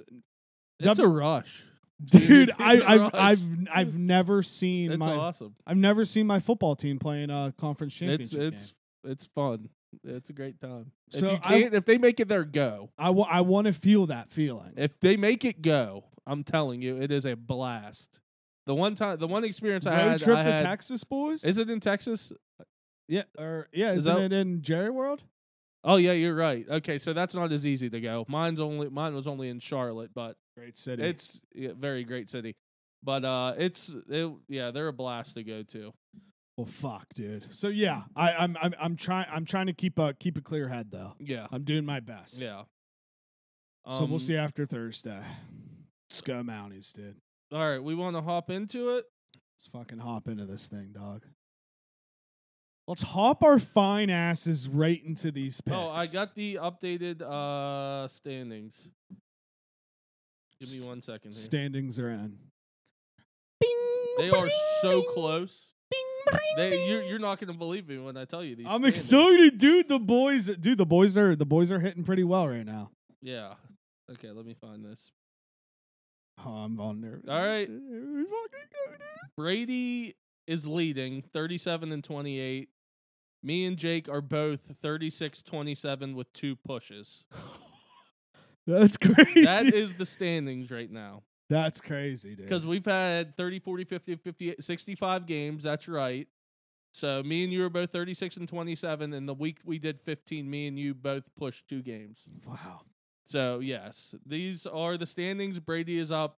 Speaker 1: It's
Speaker 3: W-
Speaker 1: a rush.
Speaker 3: dude,
Speaker 1: it's
Speaker 3: I
Speaker 1: a
Speaker 3: I've,
Speaker 1: rush.
Speaker 3: I've I've never seen
Speaker 1: It's
Speaker 3: my
Speaker 1: awesome.
Speaker 3: I've never seen my football team playing a conference
Speaker 1: It's
Speaker 3: championship. game.
Speaker 1: it's it's fun. It's a great time.
Speaker 3: So
Speaker 1: if you
Speaker 3: I-
Speaker 1: can't, if they make it there, go.
Speaker 3: I wa- I want to feel that feeling.
Speaker 1: If they make it go, I'm telling you, it is a blast. The one time, the one experience I
Speaker 3: Road
Speaker 1: had,
Speaker 3: trip
Speaker 1: I
Speaker 3: to
Speaker 1: had-
Speaker 3: Texas, boys?
Speaker 1: is it in Texas?
Speaker 3: yeah, or yeah,
Speaker 1: Is
Speaker 3: isn't
Speaker 1: that-
Speaker 3: it in Jerry World?
Speaker 1: Oh yeah, you're right. Okay, so that's not as easy to go. Mine's only mine was only in Charlotte, but
Speaker 3: Great city.
Speaker 1: it's yeah, very great city. But uh, it's it, yeah, they're a blast to go to.
Speaker 3: Well, fuck, dude. So yeah, I, I'm I'm I'm trying I'm trying to keep a keep a clear head though.
Speaker 1: Yeah,
Speaker 3: I'm doing my best.
Speaker 1: yeah.
Speaker 3: So we'll
Speaker 1: Um,
Speaker 3: see after Thursday. Let's go Mounties, dude.
Speaker 1: All right, we want to hop into it.
Speaker 3: Let's fucking hop into this thing, dog. Let's hop our fine asses right into these picks.
Speaker 1: Oh, I got the updated uh standings. Give me
Speaker 3: S-
Speaker 1: one second here.
Speaker 3: standings are in.
Speaker 1: They are so close. They you're, you're not gonna believe me when I tell you these.
Speaker 3: I'm
Speaker 1: standings.
Speaker 3: excited, dude. The boys, dude, the boys are the boys are hitting pretty well right now.
Speaker 1: Yeah. Okay, let me find this.
Speaker 3: Oh, I'm on nervous.
Speaker 1: All right.
Speaker 3: We fucking go, dude.
Speaker 1: Brady is leading 37 and 28. Me and Jake are both 36 27 with two pushes.
Speaker 3: That's crazy.
Speaker 1: That is the standings right now.
Speaker 3: That's crazy, dude.
Speaker 1: Because we've had 30, 40, 50, 58, 65 games. That's right. So me and you are both 36 and 27. And the week we did 15, me and you both pushed two games.
Speaker 3: wow.
Speaker 1: So, yes, these are the standings. Brady is up,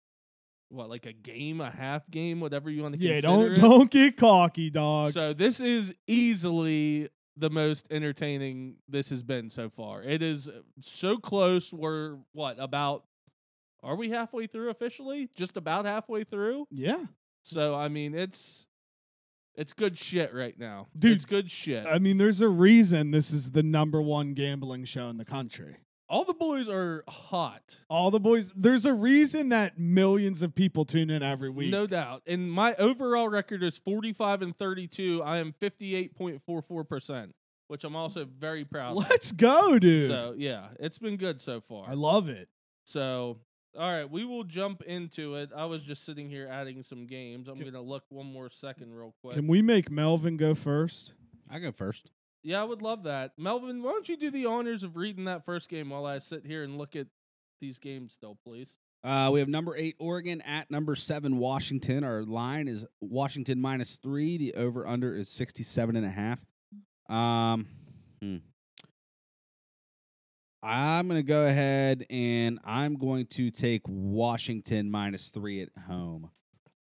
Speaker 1: what, like a game, a half game, whatever you want to
Speaker 3: Yeah,
Speaker 1: consider
Speaker 3: don't
Speaker 1: it.
Speaker 3: don't get cocky, dog.
Speaker 1: So this is easily the most entertaining this has been so far. It is uh, so close. We're what about? Are we halfway through officially? Just about halfway through.
Speaker 3: yeah.
Speaker 1: So I mean, it's it's good shit right now,
Speaker 3: Dude,
Speaker 1: It's good shit.
Speaker 3: I mean, there's a reason this is the number one gambling show in the country.
Speaker 1: All the boys are hot,
Speaker 3: All the boys, there's a reason that millions of people tune in every week.
Speaker 1: no doubt. And my overall record is forty-five and thirty-two. I am fifty-eight point four four percent, which I'm also very proud. of.
Speaker 3: Let's go, dude.
Speaker 1: So yeah, it's been good so far.
Speaker 3: I love it.
Speaker 1: So, all right, we will jump into it. I was just sitting here adding some games. I'm
Speaker 3: Can-
Speaker 1: gonna look one more second, real quick.
Speaker 3: Can we make Melvin go first?
Speaker 2: I go first.
Speaker 1: yeah, I would love that, Melvin. Why don't you do the honors of reading that first game while I sit here and look at these games still, please?
Speaker 2: Uh, we have number eight Oregon at number seven Washington. Our line is Washington minus three. The over under is sixty seven and a half. Um, hmm. I'm gonna go ahead and I'm going to take Washington minus three at home.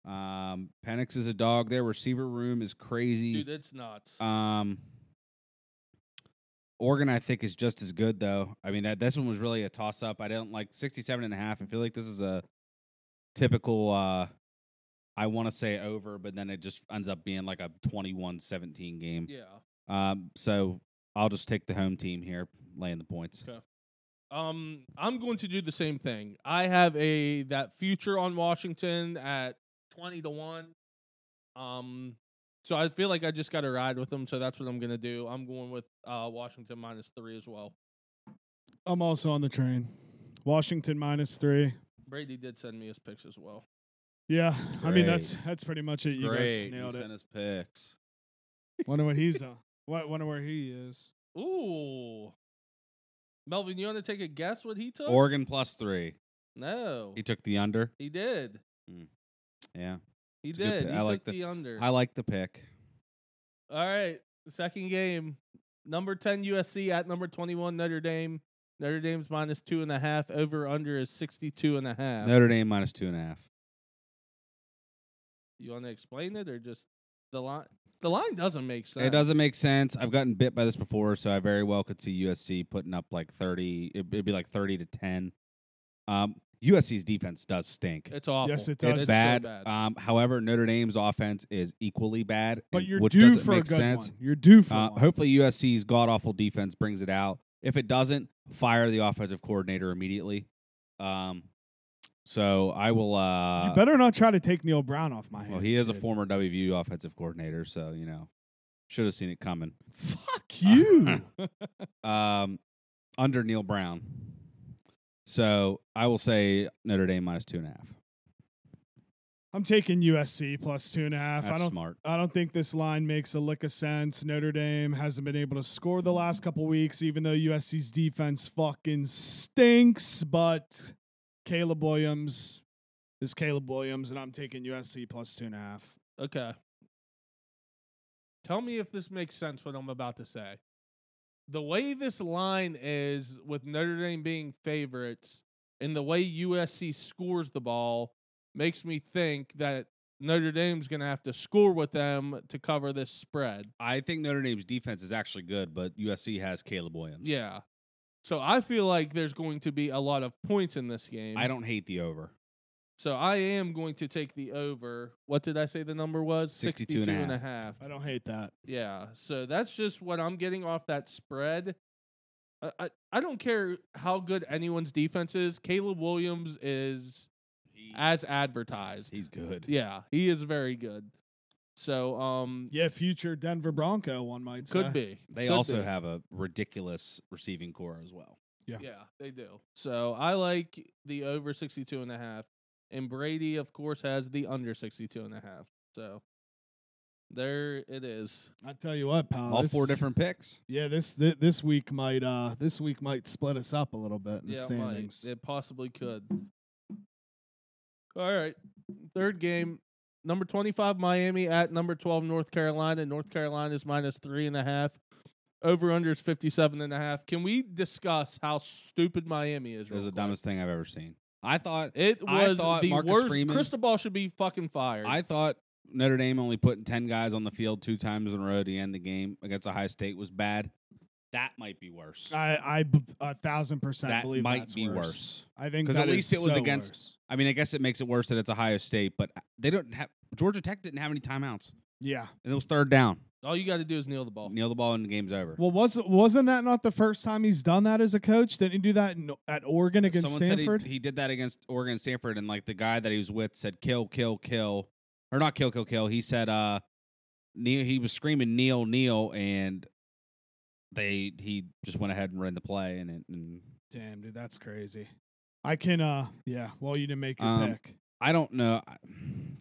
Speaker 2: Um, Penix is a dog. Their receiver room is crazy.
Speaker 1: Dude, it's nuts.
Speaker 2: Um, Oregon, I think, is just as good though. I mean, that, this one was really a toss up. I don't like 67 and a half. I feel like this is a typical. uh I want to say over, but then it just ends up being like a 21-17 game.
Speaker 1: yeah.
Speaker 2: Um, so I'll just take the home team here, laying the points.
Speaker 1: Okay. Um, I'm going to do the same thing. I have a that future on Washington at twenty to one. Um, so I feel like I just got to ride with them. So that's what I'm gonna do. I'm going with uh Washington minus three as well.
Speaker 3: I'm also on the train. Washington minus three.
Speaker 1: Brady did send me his picks as well.
Speaker 3: Yeah, I mean
Speaker 2: Great.
Speaker 3: that's that's pretty much it. You guys nailed it.
Speaker 2: us picks.
Speaker 3: Wonder what he's on. What wonder where he is.
Speaker 1: Ooh, Melvin, you want to take a guess what he took?
Speaker 2: Oregon plus three.
Speaker 1: no,
Speaker 2: He took the under.
Speaker 1: he did.
Speaker 2: Yeah,
Speaker 1: He
Speaker 2: It's a good
Speaker 1: did.
Speaker 2: pick.
Speaker 1: He
Speaker 2: I
Speaker 1: took
Speaker 2: like
Speaker 1: the,
Speaker 2: the-
Speaker 1: under.
Speaker 2: I like the pick.
Speaker 1: All right, second game, number ten USC at number twenty-one Notre Dame. Notre Dame's minus two and a half. Over under is sixty-two and a half.
Speaker 2: Notre Dame minus two and a half.
Speaker 1: You want to explain it or just the line? The line doesn't make sense.
Speaker 2: It doesn't make sense. I've gotten bit by this before, so I very well could see USC putting up like thirty. It'd it'd be like thirty to ten. Um, USC's defense does stink.
Speaker 1: It's awful.
Speaker 3: Yes, it
Speaker 1: It's
Speaker 3: does.
Speaker 1: so
Speaker 2: It's bad.
Speaker 1: bad.
Speaker 2: Um, however, Notre Dame's offense is equally bad.
Speaker 3: But
Speaker 2: and-
Speaker 3: you're
Speaker 2: which
Speaker 3: due
Speaker 2: doesn't
Speaker 3: for a
Speaker 2: make
Speaker 3: good
Speaker 2: sense.
Speaker 3: one. You're due for
Speaker 2: Uh,
Speaker 3: one.
Speaker 2: hopefully, USC's god awful defense brings it out. If it doesn't, fire the offensive coordinator immediately. Um, so I will. Uh,
Speaker 3: you better not try to take Neil Brown off my hands.
Speaker 2: well, he is a
Speaker 3: dude.
Speaker 2: former WVU offensive coordinator, so you know should have seen it coming.
Speaker 3: Fuck you.
Speaker 2: um, under Neil Brown. So I will say Notre Dame minus two and a half.
Speaker 3: I'm taking USC plus two and a half. I
Speaker 2: That's
Speaker 3: don't.
Speaker 2: smart.
Speaker 3: I don't think this line makes a lick of sense. Notre Dame hasn't been able to score the last couple weeks, even though USC's defense fucking stinks. But Caleb Williams is Caleb Williams, and I'm taking USC plus two and a half.
Speaker 1: Okay. Tell me if this makes sense what I'm about to say. The way this line is with Notre Dame being favorites and the way USC scores the ball makes me think that Notre Dame's going to have to score with them to cover this spread.
Speaker 2: I think Notre Dame's defense is actually good, but USC has Caleb Williams.
Speaker 1: Yeah. So I feel like there's going to be a lot of points in this game.
Speaker 2: I don't hate the over.
Speaker 1: So I am going to take the over. What did I say the number was?
Speaker 2: 62 and a
Speaker 1: and a half.
Speaker 3: I don't hate that.
Speaker 1: Yeah. So that's just what I'm getting off that spread. I, I, I don't care how good anyone's defense is. Caleb Williams is as advertised.
Speaker 2: He's good.
Speaker 1: yeah, he is very good. So um
Speaker 3: Yeah, future Denver Bronco, one might say.
Speaker 1: could be.
Speaker 2: uh, They
Speaker 1: Could
Speaker 2: also
Speaker 1: be.
Speaker 2: have a ridiculous receiving core as well.
Speaker 1: Yeah, they do. So I like the over 62 and a half. And Brady, of course, has the under 62 and a half. So there it is.
Speaker 3: I tell you what,
Speaker 1: Uh,
Speaker 3: pal.
Speaker 2: All
Speaker 3: this-
Speaker 2: four different picks.
Speaker 3: Yeah, this thi- this week might uh this week might split us up a little bit in the
Speaker 1: yeah, it might.
Speaker 3: standings.
Speaker 1: It possibly could. All right. Third game. Number 25, Miami at number 12, North Carolina. North Carolina is minus three and a half. Over under is 57 and a half. Can we discuss how stupid Miami is?
Speaker 2: It was
Speaker 1: real
Speaker 2: the
Speaker 1: quick?
Speaker 2: dumbest thing I've ever seen. I thought
Speaker 1: It
Speaker 2: I
Speaker 1: was
Speaker 2: thought
Speaker 1: the
Speaker 2: Marcus
Speaker 1: worst.
Speaker 2: Freeman-
Speaker 1: Cristobal should be fucking fired.
Speaker 2: I thought Notre Dame only putting ten guys on the field two times in a row to end the game against Ohio State was bad. That might be worse.
Speaker 3: I I b- a thousand percent
Speaker 2: that
Speaker 3: believe
Speaker 2: might
Speaker 3: that's
Speaker 2: be worse.
Speaker 3: I think
Speaker 2: 'Cause at
Speaker 3: that is
Speaker 2: least it was
Speaker 3: so
Speaker 2: against-
Speaker 3: worse.
Speaker 2: I mean, I guess it makes it worse that it's Ohio State, but they don't have Georgia Tech didn't have any timeouts,
Speaker 3: Yeah.
Speaker 2: and it was third down.
Speaker 1: All you got to do is kneel the ball.
Speaker 2: Kneel the ball and the game's over.
Speaker 3: Well, was wasn't that not the first time he's done that as a coach? Didn't he do that in, at Oregon against
Speaker 2: Someone
Speaker 3: Stanford?
Speaker 2: said he, he did that against Oregon and Stanford, and like the guy that he was with said kill, kill, kill, or not kill, kill, kill. He said uh, kneel. He was screaming kneel, kneel, and they he just went ahead and ran the play, and, it, and
Speaker 3: Damn, dude, that's crazy. I can uh yeah. Well, you didn't make your
Speaker 2: Um,
Speaker 3: pick.
Speaker 2: I don't know. I-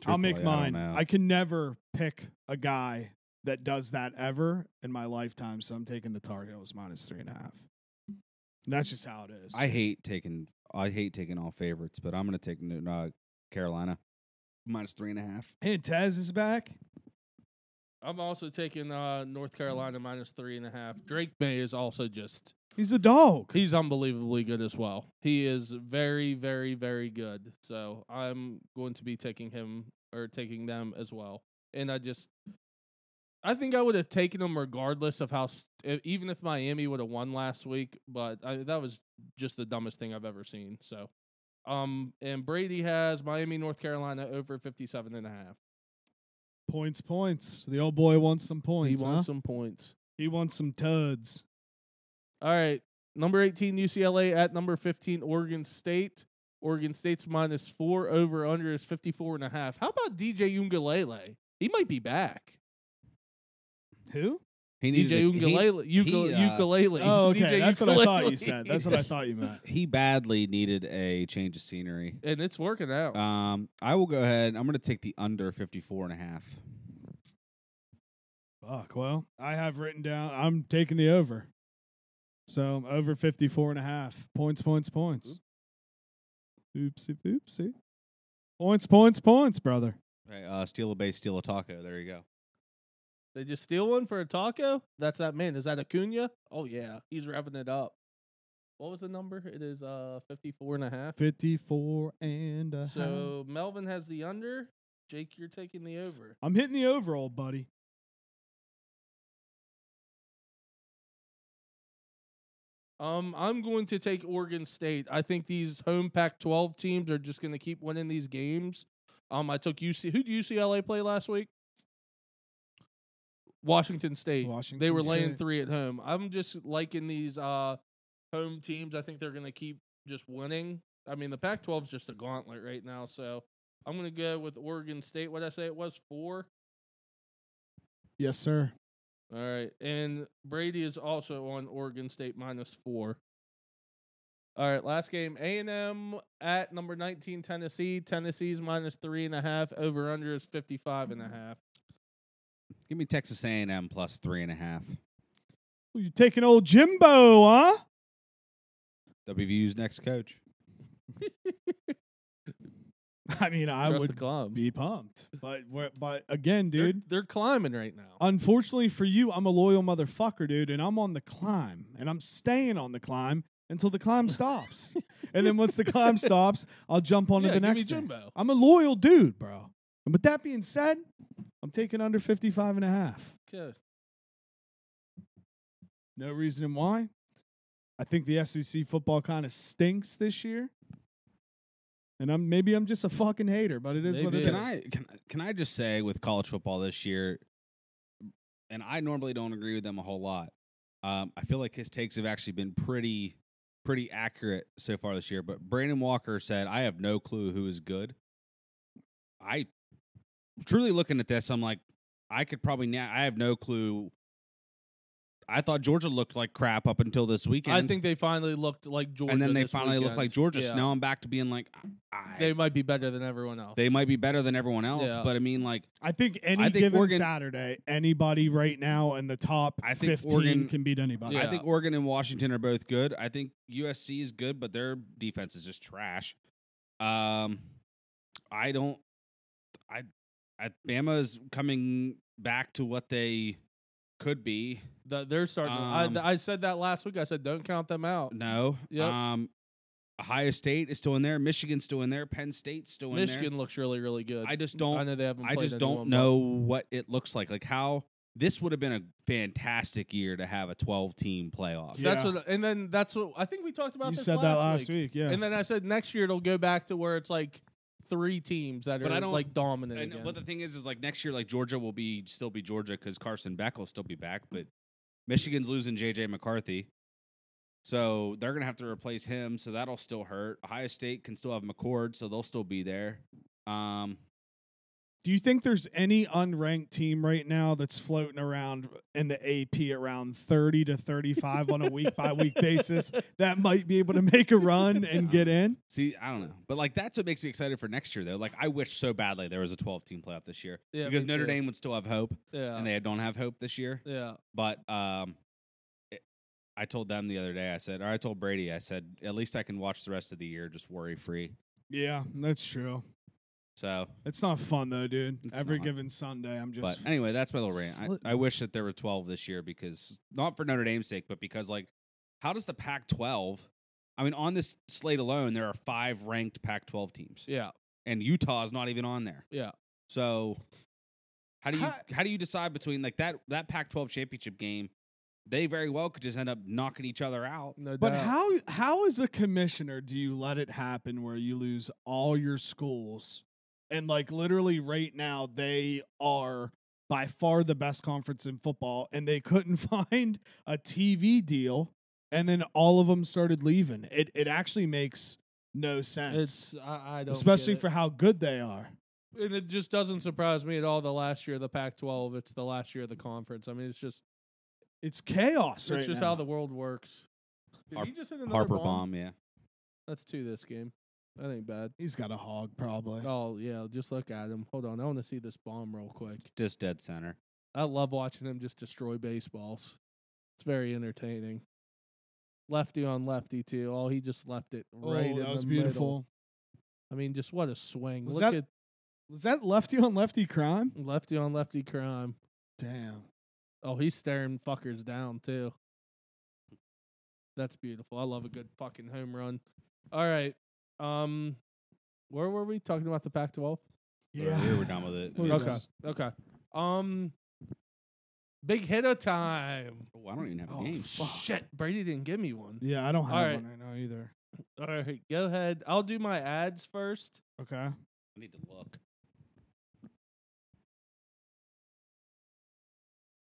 Speaker 3: I'll make
Speaker 2: truthfully, I
Speaker 3: mine.
Speaker 2: don't know.
Speaker 3: I, can never pick a guy that does that ever in my lifetime, so I'm taking the Tar Heels minus three and a half. And that's just how it is.
Speaker 2: I hate taking I hate taking all favorites, but I'm gonna take New- uh, Carolina minus three and a half.
Speaker 3: and Tez is back.
Speaker 1: I'm also taking uh, North Carolina minus three and a half. Drake May is also just
Speaker 3: He's a dog.
Speaker 1: he's unbelievably good as well. He is very, very, very good. So I'm going to be taking him or taking them as well. And I just I think I would have taken them regardless of how s- e- even if Miami would have won last week, but I, that was just the dumbest thing I've ever seen. So um and Brady has Miami North Carolina over 57 and a half.
Speaker 3: points, points. The old boy wants some points.
Speaker 1: he
Speaker 3: huh?
Speaker 1: won some points.
Speaker 3: he wants some tuds.
Speaker 1: All right. Number 18, UCLA at number 15, Oregon State. Oregon State's minus four. Over under is 54 and a half. How about DJ Ungalele? He might be back.
Speaker 3: Who?
Speaker 2: He
Speaker 1: DJ
Speaker 2: needed to- he-
Speaker 1: Ungalele. Ukulele.
Speaker 2: he, uh,
Speaker 1: ukulele.
Speaker 3: Oh, okay.
Speaker 1: DJ
Speaker 3: That's what I thought you
Speaker 1: Ukulele.
Speaker 3: said. That's what I thought you meant.
Speaker 2: he badly needed a change of scenery.
Speaker 1: And it's working out.
Speaker 2: Um, I will go ahead. I'm going to take the under 54 and a half.
Speaker 3: Fuck. Well, I have written down. I'm taking the over. So over 54 and a half. Points, points, points. Oopsie, oopsie. Points, points, points, brother.
Speaker 2: Hey, uh, steal a base, steal a taco. There you go.
Speaker 1: they just steal one for a taco? That's that man. Is that Acuna? Oh, yeah. He's revving it up. What was the number? It is uh 54 and a half.
Speaker 3: 54 and a half.
Speaker 1: So Melvin has the under. Jake, you're taking the over.
Speaker 3: I'm hitting the over, old buddy.
Speaker 1: Um, I'm going to take Oregon State. I think these home Pac-12 teams are just going to keep winning these games. Um, I took UC. Who did UCLA play last week? Washington State.
Speaker 3: Washington
Speaker 1: they were laying
Speaker 3: State.
Speaker 1: three at home. I'm just liking these uh home teams. I think they're going to keep just winning. I mean, the Pac-12 is just a gauntlet right now. So I'm going to go with Oregon State. What I say it was four.
Speaker 3: Yes, sir.
Speaker 1: All right. And Brady is also on Oregon State minus four. All right, last game. A and M at number nineteen Tennessee. Tennessee's minus three and a half. Over under is fifty five
Speaker 2: Mm,
Speaker 1: and a half.
Speaker 2: Give me Texas A&M plus three and a half.
Speaker 3: Well, you taking old Jimbo, huh?
Speaker 2: WVU's next coach.
Speaker 3: I mean, I
Speaker 1: Trust the
Speaker 3: would
Speaker 1: club.
Speaker 3: be pumped. But we're- but again,
Speaker 1: They're-
Speaker 3: dude,
Speaker 1: they're, climbing right now.
Speaker 3: unfortunately for you, I'm a loyal motherfucker, dude, and I'm on the climb, and I'm staying on the climb until the climb stops, and then once the climb stops, I'll jump on
Speaker 1: yeah,
Speaker 3: to the
Speaker 1: give
Speaker 3: next.
Speaker 1: me
Speaker 3: thing.
Speaker 1: Jimbo.
Speaker 3: I'm a loyal dude, bro. And with that being said, I'm taking under 55 and a half.
Speaker 1: Okay.
Speaker 3: No reason E why. I think the SEC football kind of stinks this year. And I'm maybe I'm just a fucking hater, but it is what it is.
Speaker 1: Maybe.
Speaker 2: Can I can can I just say with college football this year, and I normally don't agree with them a whole lot. Um, I feel like his takes have actually been pretty pretty accurate so far this year. But Brandon Walker said, "I have no clue who is good." I truly looking at this, I'm like, I could probably now. I have no clue. I thought Georgia looked like crap up until this weekend.
Speaker 1: I think they finally looked like Georgia,
Speaker 2: and then they
Speaker 1: this
Speaker 2: finally looked
Speaker 1: weekend.
Speaker 2: like Georgia.
Speaker 1: Yeah.
Speaker 2: So now I'm back to being like, I,
Speaker 1: They might be better than everyone else.
Speaker 2: they might be better than everyone else,
Speaker 1: Yeah.
Speaker 2: but I mean, like,
Speaker 3: I think any
Speaker 2: think
Speaker 3: given
Speaker 2: Oregon-
Speaker 3: Saturday, anybody right now in the top
Speaker 2: I think
Speaker 3: 15
Speaker 2: Oregon-
Speaker 3: can beat anybody.
Speaker 1: Yeah.
Speaker 2: I think Oregon and Washington are both good. I think USC is good, but their defense is just trash. Um, I don't. I, I Bama is coming back to what they could be.
Speaker 1: Th- they're starting. I-
Speaker 2: Um,
Speaker 1: I, said that last week. I said don't count them out.
Speaker 2: No.
Speaker 1: Yep.
Speaker 2: Um, Ohio State is still in there. Michigan's still in there. Penn State's still in
Speaker 1: Michigan looks really, really good.
Speaker 2: there. I just
Speaker 1: I
Speaker 2: don't.
Speaker 1: know they haven't.
Speaker 2: I,
Speaker 1: played
Speaker 2: just
Speaker 1: anyone,
Speaker 2: don't
Speaker 1: but-
Speaker 2: know what it looks like. Like how this would have been a fantastic year to have a 12 team playoff.
Speaker 3: Yeah.
Speaker 1: That's what, and then that's what I think we talked about.
Speaker 3: You
Speaker 1: this
Speaker 3: said that last week, yeah.
Speaker 1: and then I said next year it'll go back to where it's like three teams that
Speaker 2: But I
Speaker 1: are
Speaker 2: don't-
Speaker 1: like dominant.
Speaker 2: And,
Speaker 1: again.
Speaker 2: but the thing is, is like next year, like Georgia will be still be Georgia because Carson Beck will still be back, but Michigan's losing JJ McCarthy, so they're gonna have to replace him. So that'll still hurt. Ohio State can still have McCord, so they'll still be there. Um,
Speaker 3: Do you think there's any unranked team right now that's floating around in the AP around 30 to 35 on a week by week basis that might be able to make a run and
Speaker 2: Um,
Speaker 3: get in?
Speaker 2: see, I don't know, but like that's what makes me excited for next year, though. Like I wish so badly there was a 12 team playoff this year
Speaker 1: Yeah,
Speaker 2: because
Speaker 1: me
Speaker 2: Notre
Speaker 1: too. Uh.
Speaker 2: Dame would still have hope,
Speaker 1: yeah,
Speaker 2: and they don't have hope this year.
Speaker 1: yeah,
Speaker 2: But um, it, I told them the other day, I said, or I told Brady, I said, at least I can watch the rest of the year just worry free.
Speaker 3: Yeah, that's true.
Speaker 2: So,
Speaker 3: It's not fun though, dude.
Speaker 2: It's
Speaker 3: Every
Speaker 2: not.
Speaker 3: given Sunday, I'm
Speaker 2: but
Speaker 3: just
Speaker 2: anyway, that's my little rant.
Speaker 3: slit
Speaker 2: I, I wish that there were 12 this year because, not for Notre Dame's sake, but because, like, how does the Pac 12? I mean, on this slate alone, there are five ranked Pac 12 teams,
Speaker 1: yeah,
Speaker 2: and Utah's not even on there.
Speaker 1: yeah.
Speaker 2: So, how do you
Speaker 3: How-
Speaker 2: how do you decide between like that that Pac-12 championship game? They very well could just end up knocking each other out.
Speaker 1: No
Speaker 3: But
Speaker 1: doubt.
Speaker 3: how how as a commissioner do you let it happen where you lose all your schools and like literally right now they are by far the best conference in football and they couldn't find a TV deal and then all of them started leaving. It it actually makes no sense.
Speaker 1: It's I, I don't get
Speaker 3: especially
Speaker 1: it.
Speaker 3: for how good they are.
Speaker 1: and it just doesn't surprise me at all. The last year of the Pac-12, it's the last year of the conference. I mean, it's just
Speaker 3: It's chaos
Speaker 1: it's
Speaker 3: right
Speaker 1: just
Speaker 3: now.
Speaker 1: how the world works. Did
Speaker 2: Har-
Speaker 1: he just hit another
Speaker 2: Harper
Speaker 1: bomb?
Speaker 2: bomb, yeah.
Speaker 1: That's two this game. That ain't bad.
Speaker 3: He's got a hog probably.
Speaker 1: Oh yeah, just look at him. Hold on, I want to see this bomb real quick.
Speaker 2: just dead center.
Speaker 1: I love watching him just destroy baseballs. It's very entertaining. Lefty on lefty too. Oh, he just left it right.
Speaker 3: oh,
Speaker 1: in
Speaker 3: that was
Speaker 1: the middle.
Speaker 3: beautiful.
Speaker 1: I mean, just what a swing!
Speaker 3: Was
Speaker 1: Look
Speaker 3: that-
Speaker 1: at
Speaker 3: Was that lefty on lefty crime?
Speaker 1: lefty on lefty crime.
Speaker 3: Damn.
Speaker 1: Oh, he's staring fuckers down too. That's beautiful. I love a good fucking home run. All right, um, where were we talking about the Pac-12?
Speaker 3: Yeah.
Speaker 2: we were done with it.
Speaker 3: We're
Speaker 1: Okay,
Speaker 3: done.
Speaker 1: okay. Um, big hitter time.
Speaker 2: Oh, I don't even have a
Speaker 3: Oh,
Speaker 2: game.
Speaker 3: fuck.
Speaker 1: Shit, Brady didn't give me one.
Speaker 3: Yeah, I don't have
Speaker 1: All right.
Speaker 3: one right now either.
Speaker 1: All right, go ahead. I'll do my ads first.
Speaker 3: Okay.
Speaker 2: I need to look.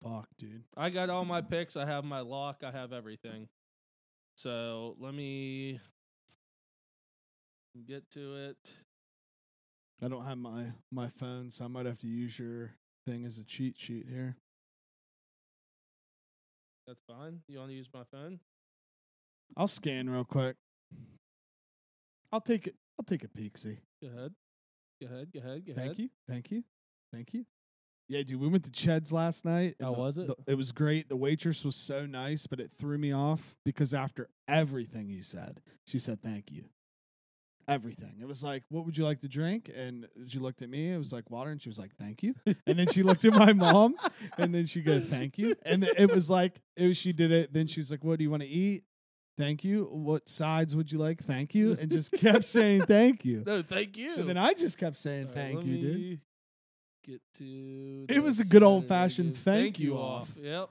Speaker 3: Fuck, dude.
Speaker 1: I got all my picks. I have my lock. I have everything. So let me get to it.
Speaker 3: I don't have my my phone, so I might have to use your thing as a cheat sheet here.
Speaker 1: That's fine. You want to use my phone?
Speaker 3: I'll scan real quick. I'll take it. I'll take a peek. See.
Speaker 1: Go ahead. Go ahead. Go ahead. Go ahead.
Speaker 3: Thank you. Thank you. Thank you. Yeah, dude, we went to Ched's last night. and
Speaker 1: How Oh,
Speaker 3: the-
Speaker 1: was it?
Speaker 3: the- it was great. The waitress was so nice, but it threw me off because after everything you said, she said thank you. Everything. It was like, what would you like to drink? And she looked at me. It was like water, and she was like, thank you. And then she looked at my mom, and then she go, thank you. And th- it was like, it was, she did it. Then she's like, what do you want to eat? Thank you. What sides would you like? Thank you. And just kept saying thank you.
Speaker 1: No, thank you.
Speaker 3: So then I just kept saying
Speaker 1: All right,
Speaker 3: thank
Speaker 1: let
Speaker 3: you, dude.
Speaker 1: me Get to.
Speaker 3: It
Speaker 1: the
Speaker 3: was a good
Speaker 1: Saturday
Speaker 3: old-fashioned
Speaker 1: gives.
Speaker 3: thank you
Speaker 1: off.
Speaker 3: off.
Speaker 1: Yep.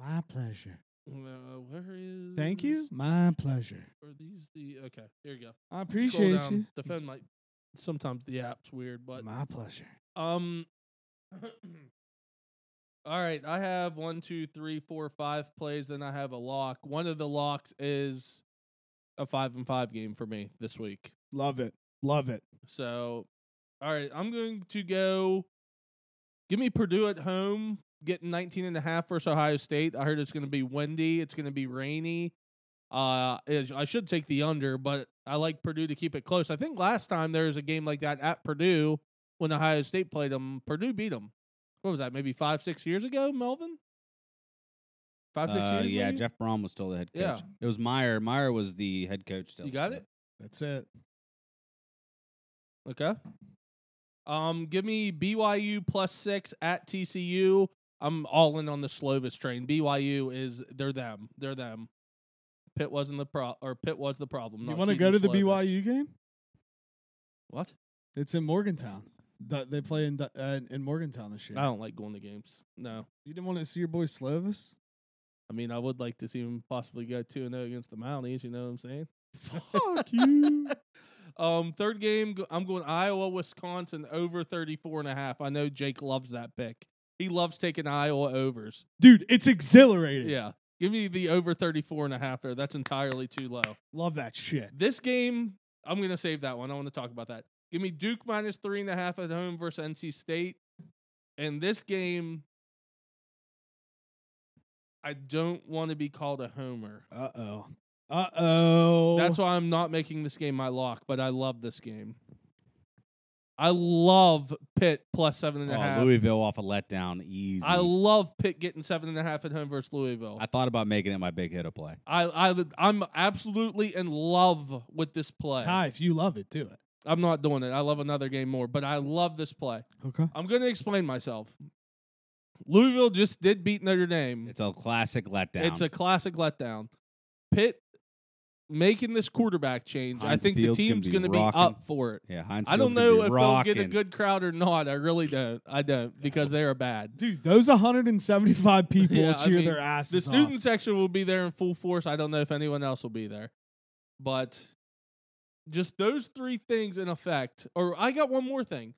Speaker 3: My pleasure.
Speaker 1: Uh, where is?
Speaker 3: Thank you. My pleasure.
Speaker 1: Are these the? Okay, here you go. Scroll
Speaker 3: I appreciate
Speaker 1: down.
Speaker 3: you.
Speaker 1: The phone might. Sometimes the app's weird, but
Speaker 3: My pleasure.
Speaker 1: um. All right, I have one, two, three, four, five plays. Then I have a lock. One of the locks is a five and five game for me this week.
Speaker 3: Love it. Love it.
Speaker 1: So, all right, I'm going to go. Give me Purdue at home, getting 19 and a half versus Ohio State. I heard it's going to be windy, it's going to be rainy. Uh, is- I should take the under, but I like Purdue to keep it close. I think last time there was a game like that at Purdue when Ohio State played them. Purdue beat them. What was that? Maybe five, six years ago, Melvin. Five, six
Speaker 2: Uh,
Speaker 1: years.
Speaker 2: yeah,
Speaker 1: maybe?
Speaker 2: Jeff Brom was still the head coach.
Speaker 1: Yeah.
Speaker 2: It was Meyer. Meyer was the head coach. Still
Speaker 1: You got it.
Speaker 3: That's it.
Speaker 1: Okay. Um, give me BYU plus six at TCU. I'm all in on the Slovis train. BYU is they're them. They're them. Pitt wasn't the pro or Pitt was the problem.
Speaker 3: you
Speaker 1: not
Speaker 3: want to
Speaker 1: Keaton
Speaker 3: go to the
Speaker 1: Slovis.
Speaker 3: BYU game?
Speaker 1: What?
Speaker 3: It's in Morgantown. Th- They play in Du- uh, in Morgantown this year.
Speaker 1: I don't like going to games. No.
Speaker 3: You didn't want to see your boy Slovis?
Speaker 1: I mean, I would like to see him possibly go 2 0 against the Mounties. You know what I'm saying?
Speaker 3: Fuck you.
Speaker 1: Um, third game, go- I'm going Iowa, Wisconsin over 34 and a half. I know Jake loves that pick. He loves taking Iowa overs.
Speaker 3: Dude, it's exhilarating.
Speaker 1: Yeah. Give me the over 34 and a half there. That's entirely too low.
Speaker 3: Love that shit.
Speaker 1: This game, I'm going to save that one. I want to talk about that. Give me Duke minus three and a half at home versus NC State. And this game, I don't want to be called a homer.
Speaker 3: Uh oh. Uh oh.
Speaker 1: That's why I'm not making this game my lock, but I love this game. I love Pitt plus seven and a
Speaker 2: Oh,
Speaker 1: half.
Speaker 2: Louisville off a letdown. Easy.
Speaker 1: I love Pitt getting seven and a half at home versus Louisville.
Speaker 2: I thought about making it my big hit of play.
Speaker 1: I, I would- I'm absolutely in love with this play.
Speaker 3: Ty, if you love it, do it.
Speaker 1: I'm not doing it. I love another game more, but I love this play.
Speaker 3: Okay.
Speaker 1: I'm going to explain myself. Louisville just did beat Notre Dame.
Speaker 2: It's a classic letdown.
Speaker 1: It's a classic letdown. Pitt making this quarterback change. I
Speaker 2: Heinz
Speaker 1: think
Speaker 2: Field's
Speaker 1: the
Speaker 2: gonna
Speaker 1: team's
Speaker 2: be
Speaker 1: going to be
Speaker 2: rocking.
Speaker 1: up for it.
Speaker 2: yeah. Heinz
Speaker 1: I don't
Speaker 2: Field's gonna be
Speaker 1: know if they'll
Speaker 2: rocking.
Speaker 1: get a good crowd or not. I really don't. I don't because they are bad.
Speaker 3: Dude, those 175 people
Speaker 1: Yeah,
Speaker 3: will
Speaker 1: I
Speaker 3: cheer
Speaker 1: mean,
Speaker 3: their asses
Speaker 1: The
Speaker 3: off.
Speaker 1: student section will be there in full force. I don't know if anyone else will be there. But just those three things in effect. Or I got one more thing.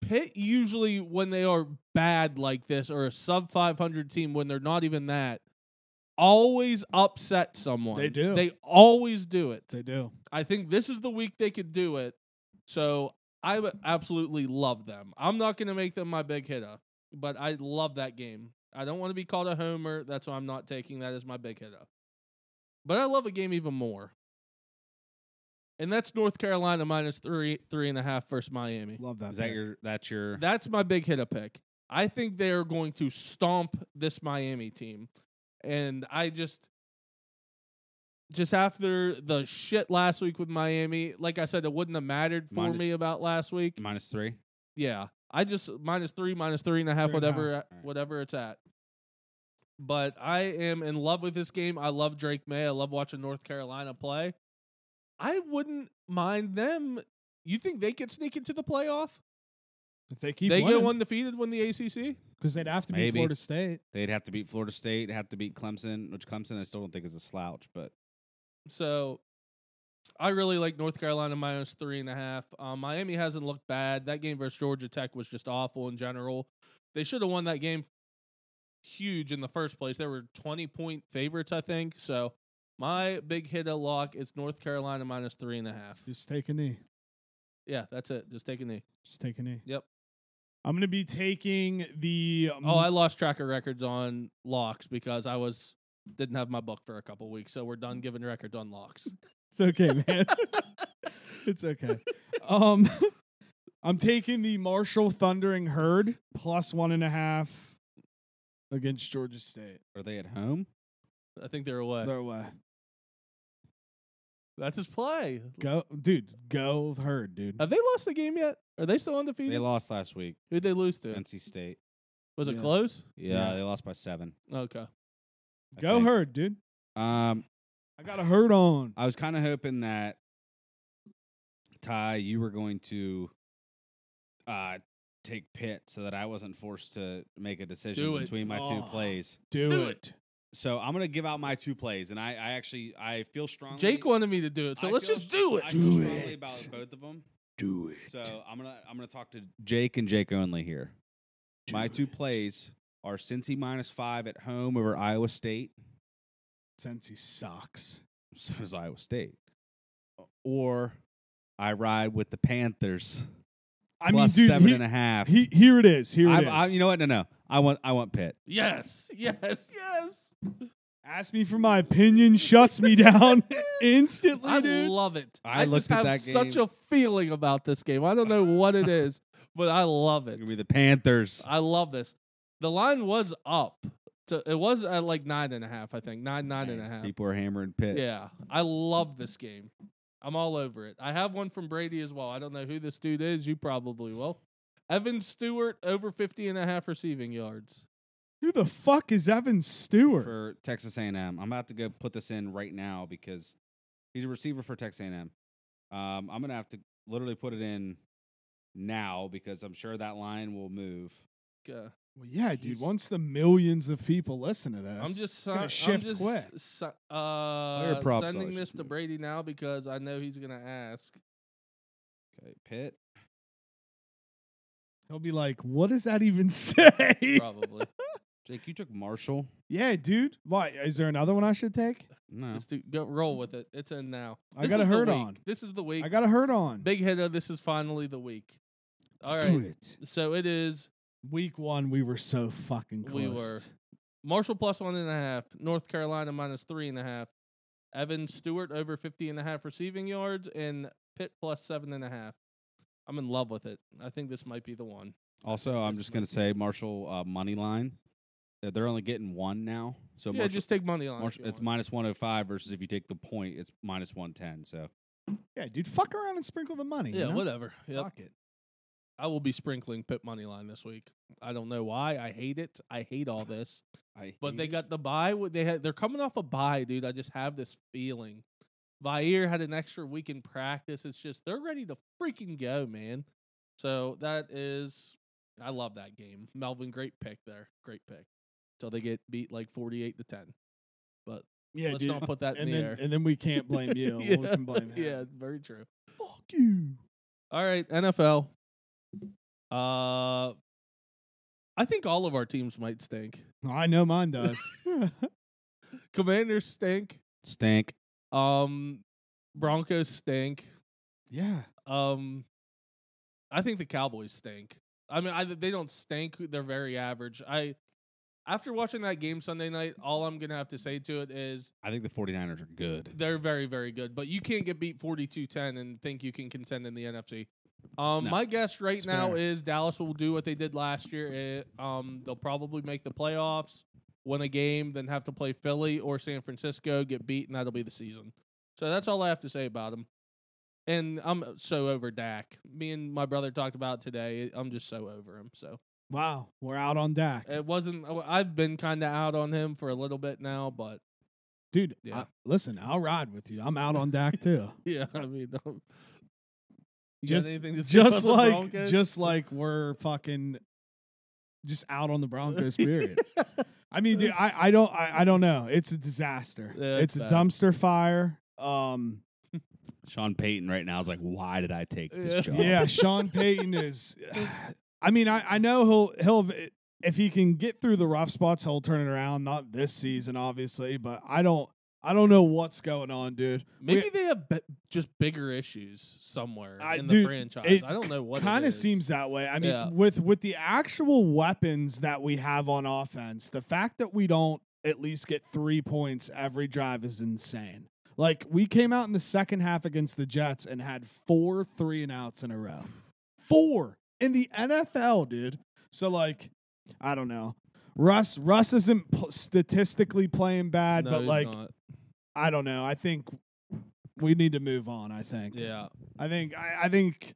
Speaker 1: Pitt usually when they are bad like this or a sub 500 team when they're not even that always upset someone.
Speaker 3: They do.
Speaker 1: They always do it.
Speaker 3: They do.
Speaker 1: I think this is the week they could do it. So I would absolutely love them. I'm not going to make them my big hitter, but I love that game. I don't want to be called a homer. That's why I'm not taking that as my big hitter. But I love a game even more. And that's North Carolina minus three, three and a half versus Miami.
Speaker 3: Love that.
Speaker 2: Is that
Speaker 3: pick.
Speaker 2: your? That's your.
Speaker 1: That's my big hitter pick. I think they are going to stomp this Miami team. And I just just after the shit last week with Miami, like I said, it wouldn't have mattered for
Speaker 2: Minus-
Speaker 1: me about last week.
Speaker 2: minus three.
Speaker 1: yeah. I just minus three, minus three and a half,
Speaker 3: Three and a half.
Speaker 1: whatever
Speaker 2: Alright.
Speaker 1: whatever it's at. But I am in love with this game. I love Drake May. I love watching North Carolina play. I wouldn't mind them. You think they could sneak into the playoff?
Speaker 3: If they keep
Speaker 1: they
Speaker 3: winning,
Speaker 1: go undefeated, win the ACC.
Speaker 3: because they'd have to be
Speaker 2: Maybe.
Speaker 3: Florida State.
Speaker 2: They'd have to beat Florida State. Have to beat Clemson, which Clemson I still don't think is a slouch, but
Speaker 1: So I really like North Carolina minus three and a half. Um, Miami hasn't looked bad. That game versus Georgia Tech was just awful in general. They should have won that game huge in the first place. They were 20 point favorites, I think. So my big hit at lock is North Carolina minus three and a half.
Speaker 3: Just take a knee.
Speaker 1: Yeah, that's it. Just take a knee.
Speaker 3: Just take a knee.
Speaker 1: Yep.
Speaker 3: I'm gonna be taking the. um,
Speaker 1: Oh, I lost tracker records on locks because I was didn't have my book for a couple weeks. So we're done giving records on locks.
Speaker 3: it's okay, man. it's okay. Um, I'm taking the Marshall Thundering Herd plus one and a half against Georgia State.
Speaker 2: are they at home?
Speaker 1: I think they're away.
Speaker 3: Their way.
Speaker 1: That's his play.
Speaker 3: Go, dude. Go Herd, dude.
Speaker 1: Have they lost the game yet? Are they still undefeated?
Speaker 2: They lost last week.
Speaker 1: Who'd they lose to?
Speaker 2: NC State.
Speaker 1: Was it
Speaker 3: Yeah.
Speaker 1: close?
Speaker 2: Yeah,
Speaker 3: Yeah.
Speaker 2: they lost by seven.
Speaker 1: Okay.
Speaker 2: I
Speaker 3: Go
Speaker 2: think.
Speaker 3: Herd, dude.
Speaker 2: Um,
Speaker 3: I got a herd on.
Speaker 2: I was kind of hoping that Ty, you were going to uh take Pitt so that I wasn't forced to make a decision
Speaker 1: Do it.
Speaker 2: between my two
Speaker 3: Aw.
Speaker 2: plays.
Speaker 3: Do,
Speaker 1: Do
Speaker 3: it.
Speaker 2: So I'm gonna give out my two plays, and I, I actually I feel strongly.
Speaker 1: Jake wanted me to do it, so
Speaker 2: I
Speaker 1: let's
Speaker 2: feel
Speaker 1: just
Speaker 2: str-
Speaker 1: do it.
Speaker 2: I
Speaker 3: Do
Speaker 2: feel strongly
Speaker 3: it.
Speaker 2: about both of them.
Speaker 3: Do it.
Speaker 2: So I'm gonna I'm gonna talk to Jake and Jake only here. My two plays are Cincy minus five at home over Iowa State.
Speaker 3: Since he sucks.
Speaker 2: So does Iowa State. Or I ride with the Panthers
Speaker 3: I
Speaker 2: plus
Speaker 3: mean, dude,
Speaker 2: seven
Speaker 3: he-
Speaker 2: and a half.
Speaker 3: he, here it is. Here it
Speaker 2: I,
Speaker 3: is.
Speaker 2: I, you know what? No, no. I want I want Pitt.
Speaker 1: Yes, yes, yes.
Speaker 3: Ask me for my opinion, shuts me down instantly,
Speaker 1: I
Speaker 3: dude.
Speaker 1: love it.
Speaker 2: I
Speaker 1: just
Speaker 2: looked at
Speaker 1: have
Speaker 2: that
Speaker 1: such
Speaker 2: game.
Speaker 1: a feeling about this game. I don't know what it is, but I love
Speaker 2: It's
Speaker 1: it.
Speaker 2: gonna be the Panthers.
Speaker 3: Uh,
Speaker 1: I love this. The line was up. To, it was at like nine and a half, I think. Nine, nine and a half.
Speaker 2: People are hammering Pitt.
Speaker 1: Yeah. I love this game. I'm all over it. I have one from Brady as well. I don't know who this dude is. You probably will. Evan Stewart, over 50 and a half receiving yards.
Speaker 3: Who the fuck is Evan Stewart?
Speaker 2: for Texas A&M. I'm about to go put this in right now because he's a receiver for Texas A&M. Um, I'm gonna have to literally put it in now because I'm sure that line will move.
Speaker 1: Okay.
Speaker 3: Well, yeah, dude.
Speaker 2: He's-
Speaker 3: Once the millions of people listen to this,
Speaker 1: I'm just,
Speaker 3: it's
Speaker 1: si-
Speaker 3: gonna shift
Speaker 1: I'm just
Speaker 3: quick.
Speaker 1: si- uh,
Speaker 2: props are,
Speaker 1: sending
Speaker 2: I
Speaker 1: this
Speaker 2: should
Speaker 1: to
Speaker 2: say.
Speaker 1: Brady now because I know he's going to ask.
Speaker 2: Okay, Pitt.
Speaker 3: He'll be like, "What does that even say?"
Speaker 1: Probably.
Speaker 2: Jake, you took Marshall.
Speaker 3: yeah, dude. Why is there another one I should take?
Speaker 2: No,
Speaker 1: Just do- go roll with it. It's in now.
Speaker 3: I
Speaker 1: This
Speaker 3: got a
Speaker 1: is the
Speaker 3: hurt
Speaker 1: week.
Speaker 3: on.
Speaker 1: This is the week.
Speaker 3: I got a hurt on.
Speaker 1: Big hitter. This is finally the week. All right.
Speaker 3: it.
Speaker 1: So it is
Speaker 3: Week one, we were so fucking close.
Speaker 1: We were. Marshall plus one and a half, North Carolina minus three and a half, Evan Stewart over 50 and a half receiving yards, and Pitt plus seven and a half. I'm in love with it. I think this might be the one.
Speaker 2: Also, I'm
Speaker 1: This
Speaker 2: just gonna
Speaker 1: might
Speaker 2: say Marshall uh, money line. They're- They're only getting one now, so
Speaker 1: yeah,
Speaker 2: Marshall,
Speaker 1: just take money on
Speaker 2: Marshall,
Speaker 1: it.
Speaker 2: it's minus 105 versus if you take the point, it's minus 110. So
Speaker 3: Yeah, dude. Fuck around and sprinkle the money.
Speaker 1: Yeah,
Speaker 3: you know?
Speaker 1: whatever. Yep.
Speaker 3: Fuck it.
Speaker 1: I will be sprinkling Pitt money line this week. I don't know why. I hate it. I hate all this.
Speaker 2: I
Speaker 1: But they
Speaker 3: Mm-hmm.
Speaker 2: hate-
Speaker 1: got the bye. What They had, they're coming off a bye, dude. I just have this feeling. Vair had an extra week in practice. It's just they're ready to freaking go, man. So that is, I love that game. Melvin, great pick there. Great pick. Till they get beat like forty-eight to ten. But
Speaker 3: Yeah,
Speaker 1: let's
Speaker 3: dude.
Speaker 1: not put that in
Speaker 3: and
Speaker 1: the
Speaker 3: then
Speaker 1: air.
Speaker 3: and then we can't blame you.
Speaker 1: yeah,
Speaker 3: We can blame him.
Speaker 1: yeah, very true.
Speaker 3: Fuck you.
Speaker 1: All right, NFL. Uh, I think all of our teams might stink.
Speaker 3: I know mine does.
Speaker 1: Commanders stink.
Speaker 2: stank.
Speaker 1: Um, Broncos stink.
Speaker 3: yeah.
Speaker 1: Um, I think the Cowboys stink. I mean, I, they don't stink. They're very average. I, after watching that game Sunday night, all I'm gonna have to say to it is
Speaker 2: I think the 49ers are good.
Speaker 1: they're very, very good. But you can't get beat 42-10 and think you can contend in the NFC. Um,
Speaker 2: No.
Speaker 1: my guess right
Speaker 3: It's
Speaker 1: now
Speaker 3: fair.
Speaker 1: is Dallas will do what they did last year. It, um, they'll probably make the playoffs, win a game, then have to play Philly or San Francisco, get beat, and that'll be the season. So that's all I have to say about them. And I'm so over Dak. Me and my brother talked about it today. I'm just so over him. So
Speaker 3: Wow. We're out on Dak.
Speaker 1: it wasn't. I've been kind of out on him for a little bit now, but
Speaker 3: Dude,
Speaker 1: Yeah.
Speaker 3: I- listen, I'll ride with you. I'm out on Dak too.
Speaker 1: yeah, I mean, um, you got
Speaker 3: just
Speaker 1: anything to say
Speaker 3: just
Speaker 1: about the
Speaker 3: like
Speaker 1: Broncos?
Speaker 3: just like we're fucking just out on the Broncos period. I mean, dude, I, I don't I, I don't know. It's a disaster.
Speaker 1: Yeah,
Speaker 3: it's
Speaker 1: it's
Speaker 3: a
Speaker 1: bad.
Speaker 3: dumpster fire. Um
Speaker 2: Sean Payton right now is like, why did I take this
Speaker 1: Yeah.
Speaker 2: job?
Speaker 3: yeah, Sean Payton is I mean, I, I know he'll he'll if he can get through the rough spots, he'll turn it around. Not this season, obviously, but I don't I don't know what's going on, dude.
Speaker 1: Maybe they have b just bigger issues somewhere
Speaker 3: I-
Speaker 1: in
Speaker 3: dude,
Speaker 1: the franchise.
Speaker 3: it
Speaker 1: I don't know what. it
Speaker 3: kind of
Speaker 1: is.
Speaker 3: seems that way. I mean,
Speaker 1: Yeah.
Speaker 3: with with the actual weapons that we have on offense, the fact that we don't at least get three points every drive is insane. Like we came out in the second half against the Jets and had four three and outs in a row, four in the NFL, dude. So like, I don't know. Russ Russ isn't p- statistically playing bad,
Speaker 1: No,
Speaker 3: but
Speaker 1: he's
Speaker 3: like
Speaker 1: not.
Speaker 3: I don't know. I think we need to move on. I think.
Speaker 1: yeah,
Speaker 3: I think I, I think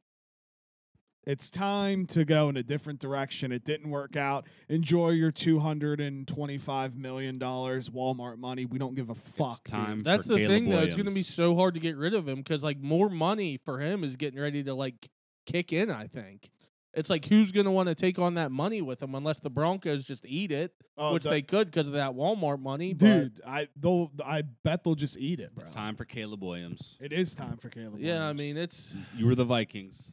Speaker 3: it's time to go in a different direction. It didn't work out. Enjoy your two hundred and twenty-five million dollars Walmart money. We don't give a fuck.
Speaker 2: It's
Speaker 3: dude.
Speaker 2: time. for
Speaker 1: that's the
Speaker 2: Caleb
Speaker 1: thing though. It's going to be
Speaker 2: Williams.
Speaker 1: so hard to get rid of him because like more money for him is getting ready to like kick in. I think It's like who's going to want to take on that money with them unless the Broncos just eat it,
Speaker 3: Oh,
Speaker 1: which
Speaker 3: the-
Speaker 1: they could because of that Walmart money. but-
Speaker 3: dude, I they'll I bet they'll just eat it, bro.
Speaker 2: It's time for Caleb Williams.
Speaker 3: It is time for Caleb.
Speaker 1: yeah, I
Speaker 3: Williams.
Speaker 1: mean it's
Speaker 2: You were the Vikings.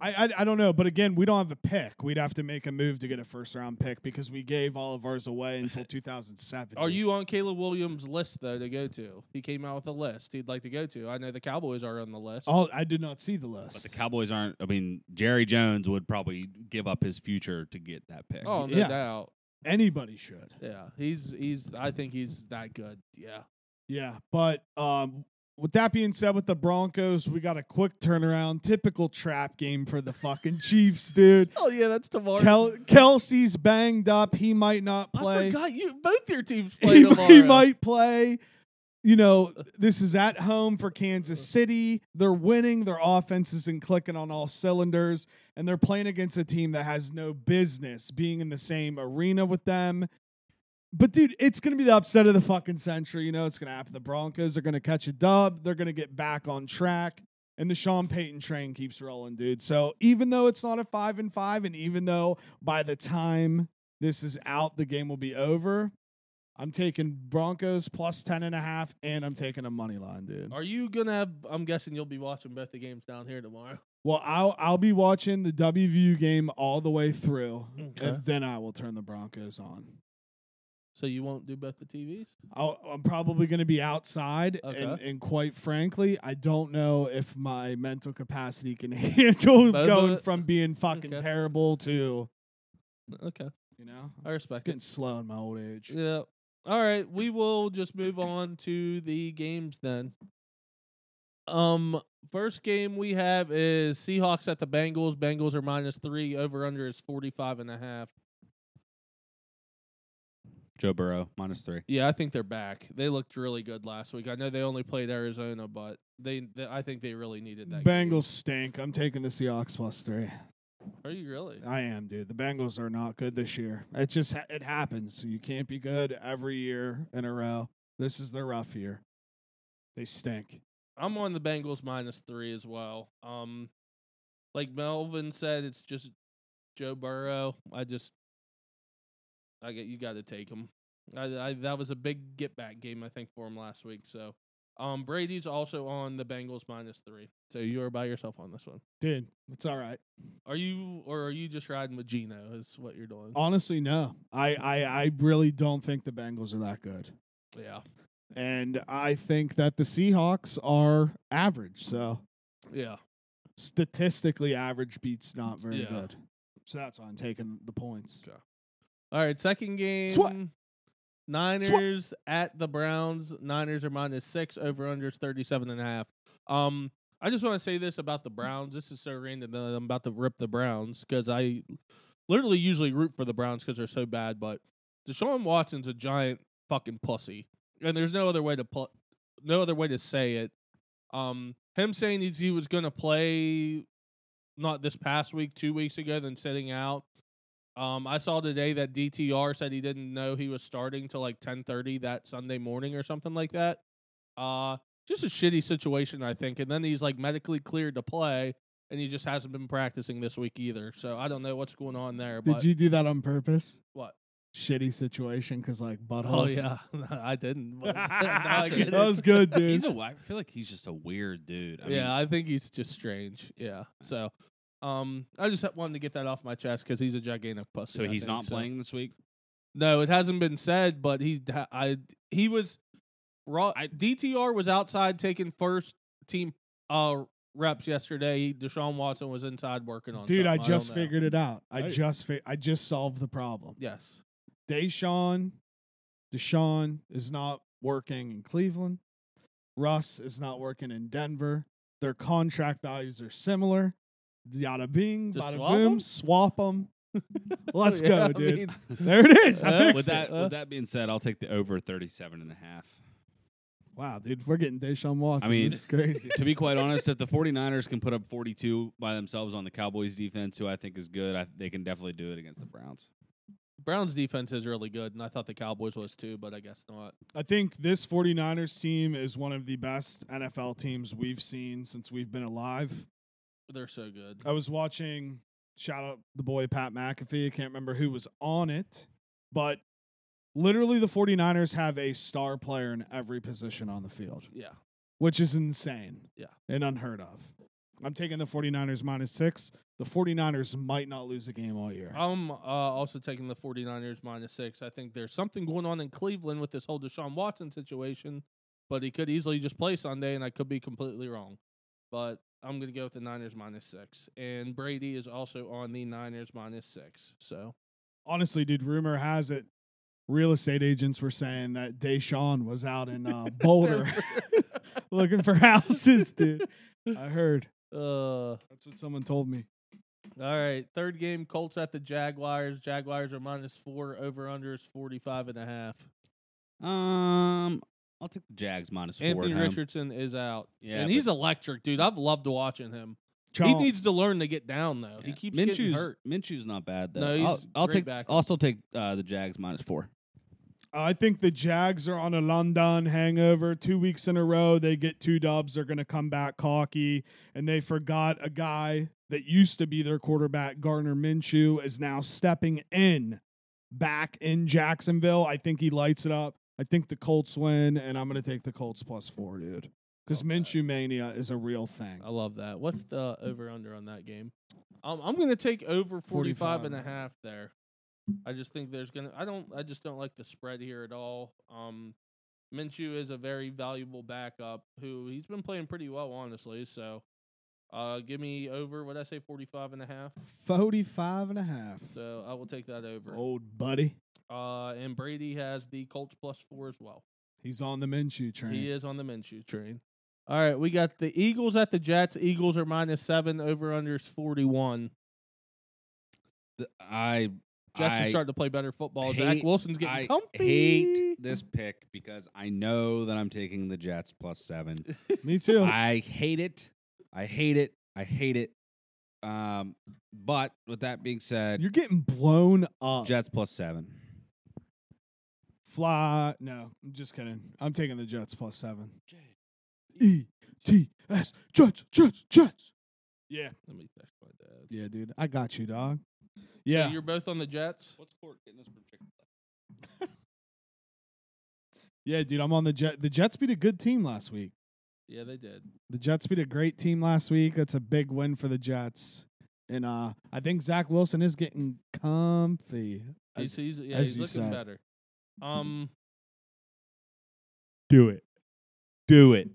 Speaker 3: I, I I don't know, but again, we don't have a pick. We'd have to make a move to get a first round pick because we gave all of ours away until 2007.
Speaker 1: Are you on Caleb Williams' list though to go to? He came out with a list he'd like to go to. I know the Cowboys are on the list.
Speaker 3: Oh, I did not see the
Speaker 2: But
Speaker 3: list.
Speaker 2: the Cowboys aren't. I mean, Jerry Jones would probably give up his future to get that pick.
Speaker 1: Oh, no
Speaker 3: yeah.
Speaker 1: doubt.
Speaker 3: Anybody should.
Speaker 1: Yeah, he's he's. I think he's that good. Yeah.
Speaker 3: Yeah, but um, with that being said, with the Broncos, we got a quick turnaround, typical trap game for the fucking Chiefs, dude.
Speaker 1: Oh yeah, that's tomorrow.
Speaker 3: Kel- Kelsey's banged up; he might not
Speaker 1: I
Speaker 3: play.
Speaker 1: forgot you. Both your teams play
Speaker 3: He,
Speaker 1: tomorrow.
Speaker 3: he might play. You know, this is at home for Kansas City. They're winning. Their offense isn't clicking on all cylinders, and they're playing against a team that has no business being in the same arena with them. But dude, it's gonna be the upset of the fucking century. You know, it's gonna happen. The Broncos are gonna catch a dub. They're gonna get back on track, and the Sean Payton train keeps rolling, dude. So even though it's not a five and five, and even though by the time this is out, the game will be over. I'm taking Broncos plus ten and a half, and I'm taking a money line, dude.
Speaker 1: Are you gonna have? I'm guessing you'll be watching both the games down here tomorrow.
Speaker 3: Well, I'll I'll be watching the WVU game all the way through,
Speaker 1: Okay.
Speaker 3: and then I will turn the Broncos on.
Speaker 1: So you won't do both the TVs?
Speaker 3: I'll, I'm probably going to be outside, and,
Speaker 1: Okay.
Speaker 3: and quite frankly, I don't know if my mental capacity can handle
Speaker 1: Both of
Speaker 3: going
Speaker 1: it?
Speaker 3: from being fucking
Speaker 1: Okay.
Speaker 3: terrible to
Speaker 1: Okay,
Speaker 3: you know
Speaker 1: I respect
Speaker 3: getting
Speaker 1: it.
Speaker 3: slow in my old age.
Speaker 1: Yeah. All right, we will just move on to the games then. Um, first game we have is Seahawks at the Bengals. Bengals are minus three. Over under is 45 and a half.
Speaker 2: Joe Burrow minus three.
Speaker 1: Yeah, I think they're back. They looked really good last week. I know they only played Arizona, but they, they I think they really needed that. game.
Speaker 3: Bengals stink. I'm taking the Seahawks plus three.
Speaker 1: Are you really?
Speaker 3: I am, dude. The Bengals are not good this year. It just ha- it happens. So you can't be good every year in a row. This is their rough year. They stink.
Speaker 1: I'm on the Bengals minus three as well. Um, like Melvin said, it's just Joe Burrow. I just, I get you got to take him. I, I that was a big get back game I think for him last week. So, um, Brady's also on the Bengals minus three. So you are by yourself on this one.
Speaker 3: Dude, it's all right.
Speaker 1: Are you or are you just riding with Gino? Is what you're doing?
Speaker 3: Honestly, no. I I, I really don't think the Bengals are that good.
Speaker 1: Yeah,
Speaker 3: And I think that the Seahawks are average. So
Speaker 1: yeah.
Speaker 3: statistically average beats not very
Speaker 1: Yeah.
Speaker 3: good. So that's why I'm taking the points.
Speaker 1: All right, second game.
Speaker 3: Swat.
Speaker 1: Niners at the Browns. Niners are minus six. Over under is 37 and a half. Um, I just want to say this about the Browns. This is so random that I'm about to rip the Browns because I literally usually root for the Browns because they're so bad. But Deshaun Watson's a giant fucking pussy, and there's no other way to put, no other way to say it. Um, him saying he's, he was going to play not this past week, two weeks ago, then sitting out. Um, I saw today that DTR said he didn't know he was starting till like ten thirty that Sunday morning or something like that. Uh just a shitty situation, I think. And then he's like medically cleared to play, and he just hasn't been practicing this week either. So I don't know what's going on there.
Speaker 3: Did
Speaker 1: but
Speaker 3: you do that on purpose?
Speaker 1: what?
Speaker 3: Shitty situation because like
Speaker 1: Oh
Speaker 3: buttholes.
Speaker 1: yeah, I didn't. but- no, I
Speaker 2: That's
Speaker 1: get
Speaker 3: that
Speaker 1: it.
Speaker 3: was good,
Speaker 2: He's
Speaker 3: dude.
Speaker 2: a. I feel like he's just a weird dude. I
Speaker 1: yeah,
Speaker 2: mean,
Speaker 1: I think he's just strange. Yeah. So, um, I just wanted to get that off my chest because he's a gigantic pussy.
Speaker 2: so
Speaker 1: I
Speaker 2: he's
Speaker 1: think,
Speaker 2: not
Speaker 1: so.
Speaker 2: playing this week.
Speaker 1: No, it hasn't been said, but he d- I he was raw.
Speaker 2: I-
Speaker 1: DTR was outside taking first team uh reps yesterday. Deshaun Watson was inside working on.
Speaker 3: Dude,
Speaker 1: something.
Speaker 3: I
Speaker 1: don't
Speaker 3: just
Speaker 1: know.
Speaker 3: figured it out. I
Speaker 2: Hey.
Speaker 3: just fi- I just solved the problem.
Speaker 1: Yes.
Speaker 3: Deshaun, Deshaun is not working in Cleveland. Russ is not working in Denver. Their contract values are similar. Yada bing,
Speaker 1: Just
Speaker 3: bada
Speaker 1: swap
Speaker 3: boom,
Speaker 1: 'em?
Speaker 3: swap them. Let's
Speaker 1: Yeah, I
Speaker 3: go, dude.
Speaker 1: mean,
Speaker 3: there it is. I
Speaker 1: Uh,
Speaker 3: fixed
Speaker 2: With that,
Speaker 3: it.
Speaker 1: Uh.
Speaker 2: with that being said, I'll take the over 37 and a half.
Speaker 3: Wow, dude, we're getting Deshaun Watson.
Speaker 2: I mean-
Speaker 3: this is crazy.
Speaker 2: to be quite honest, if the 49ers can put up 42 by themselves on the Cowboys defense, who I think is good, I, they can definitely do it against the Browns.
Speaker 1: Browns defense is really good, and I thought the Cowboys was too, but I guess not.
Speaker 3: I think this 49ers team is one of the best NFL teams we've seen since we've been alive. Oh.
Speaker 1: They're so good.
Speaker 3: I was watching shout out the boy Pat McAfee. I can't remember who was on it, but literally the 49ers have a star player in every position on the field,
Speaker 1: Yeah.
Speaker 3: which is insane.
Speaker 1: Yeah.
Speaker 3: And unheard of. I'm taking the 49ers minus six. The 49ers might not lose a game all year.
Speaker 1: I'm uh, also taking the 49ers minus six. I think there's something going on in Cleveland with this whole Deshaun Watson situation, but he could easily just play Sunday, and I could be completely wrong. But I'm going to go with the Niners minus six. And Brady is also on the Niners minus six. So,
Speaker 3: Honestly, dude, rumor has it real estate agents were saying that Deshaun was out in uh, Boulder looking for houses, dude. I heard.
Speaker 1: uh, all
Speaker 3: That's what someone told me.
Speaker 1: right. Third game Colts at the Jaguars. Jaguars are minus four. Over under is 45 and a half.
Speaker 2: Um, I'll take the Jags minus four.
Speaker 1: Anthony
Speaker 2: at home.
Speaker 1: Richardson is out.
Speaker 2: Yeah,
Speaker 1: And
Speaker 2: but-
Speaker 1: he's electric, dude. I've loved watching him. He
Speaker 3: Chomp.
Speaker 1: needs to learn to get down though. He
Speaker 2: Yeah.
Speaker 1: keeps
Speaker 2: Minshew's,
Speaker 1: getting hurt.
Speaker 2: Minshew's not bad though.
Speaker 1: No,
Speaker 2: I'll,
Speaker 1: he's
Speaker 2: I'll
Speaker 1: great
Speaker 2: take.
Speaker 1: backup.
Speaker 2: I'll still take uh, the Jags minus four.
Speaker 3: I think the Jags are on a London hangover. Two weeks in a row, they get two dubs. They're going to come back cocky, and they forgot a guy that used to be their quarterback, Garner Minshew, is now stepping in back in Jacksonville. I think he lights it up. I think the Colts win, and I'm going to take the Colts plus four, dude. Because
Speaker 1: Love that.
Speaker 3: Minshew mania is a real thing.
Speaker 1: I love that. What's the over under on that game? Um, I'm going to take over 45 and a
Speaker 3: 45.
Speaker 1: half there. I just think there's going to I don't I just don't like the spread here at all. Um Minshew is a very valuable backup who he's been playing pretty well honestly, so uh give me over what I say 45 and a half.
Speaker 3: 45 and a half.
Speaker 1: So I will take that over.
Speaker 3: Old buddy.
Speaker 1: Uh and Brady has the Colts plus 4 as well.
Speaker 3: He's on the Minshew train.
Speaker 1: He is on the Minshew train. All right, we got the Eagles at the Jets. Eagles are minus seven. Over under is forty one.
Speaker 2: The- I
Speaker 1: Jets are
Speaker 2: I
Speaker 1: starting to play better football. Zach
Speaker 2: hate-
Speaker 1: Wilson's getting
Speaker 2: I
Speaker 1: comfy.
Speaker 2: hate this pick because I know that I'm taking the Jets plus seven.
Speaker 3: Me too.
Speaker 2: I hate it. I hate it. I hate it. Um, but with that being said,
Speaker 3: You're getting blown up.
Speaker 2: Jets plus seven.
Speaker 3: Fly. No, I'm just kidding. I'm taking the Jets plus seven. E T S Jets, Jets, Jets. Yeah.
Speaker 1: Let me text my dad.
Speaker 3: Yeah, dude. I got you, dog.
Speaker 1: So
Speaker 3: Yeah.
Speaker 1: you're both on the Jets.
Speaker 2: What's court getting us from chicken?
Speaker 3: yeah, dude. I'm on the Jet. The Jets beat a good team last week.
Speaker 1: Yeah, they did.
Speaker 3: The Jets beat a great team last week. That's a big win for the Jets. And uh I think Zach Wilson is getting comfy.
Speaker 1: He's, he's yeah,
Speaker 3: as
Speaker 1: he's
Speaker 3: you
Speaker 1: looking
Speaker 3: said.
Speaker 1: better. Um,
Speaker 2: Do it. Do it.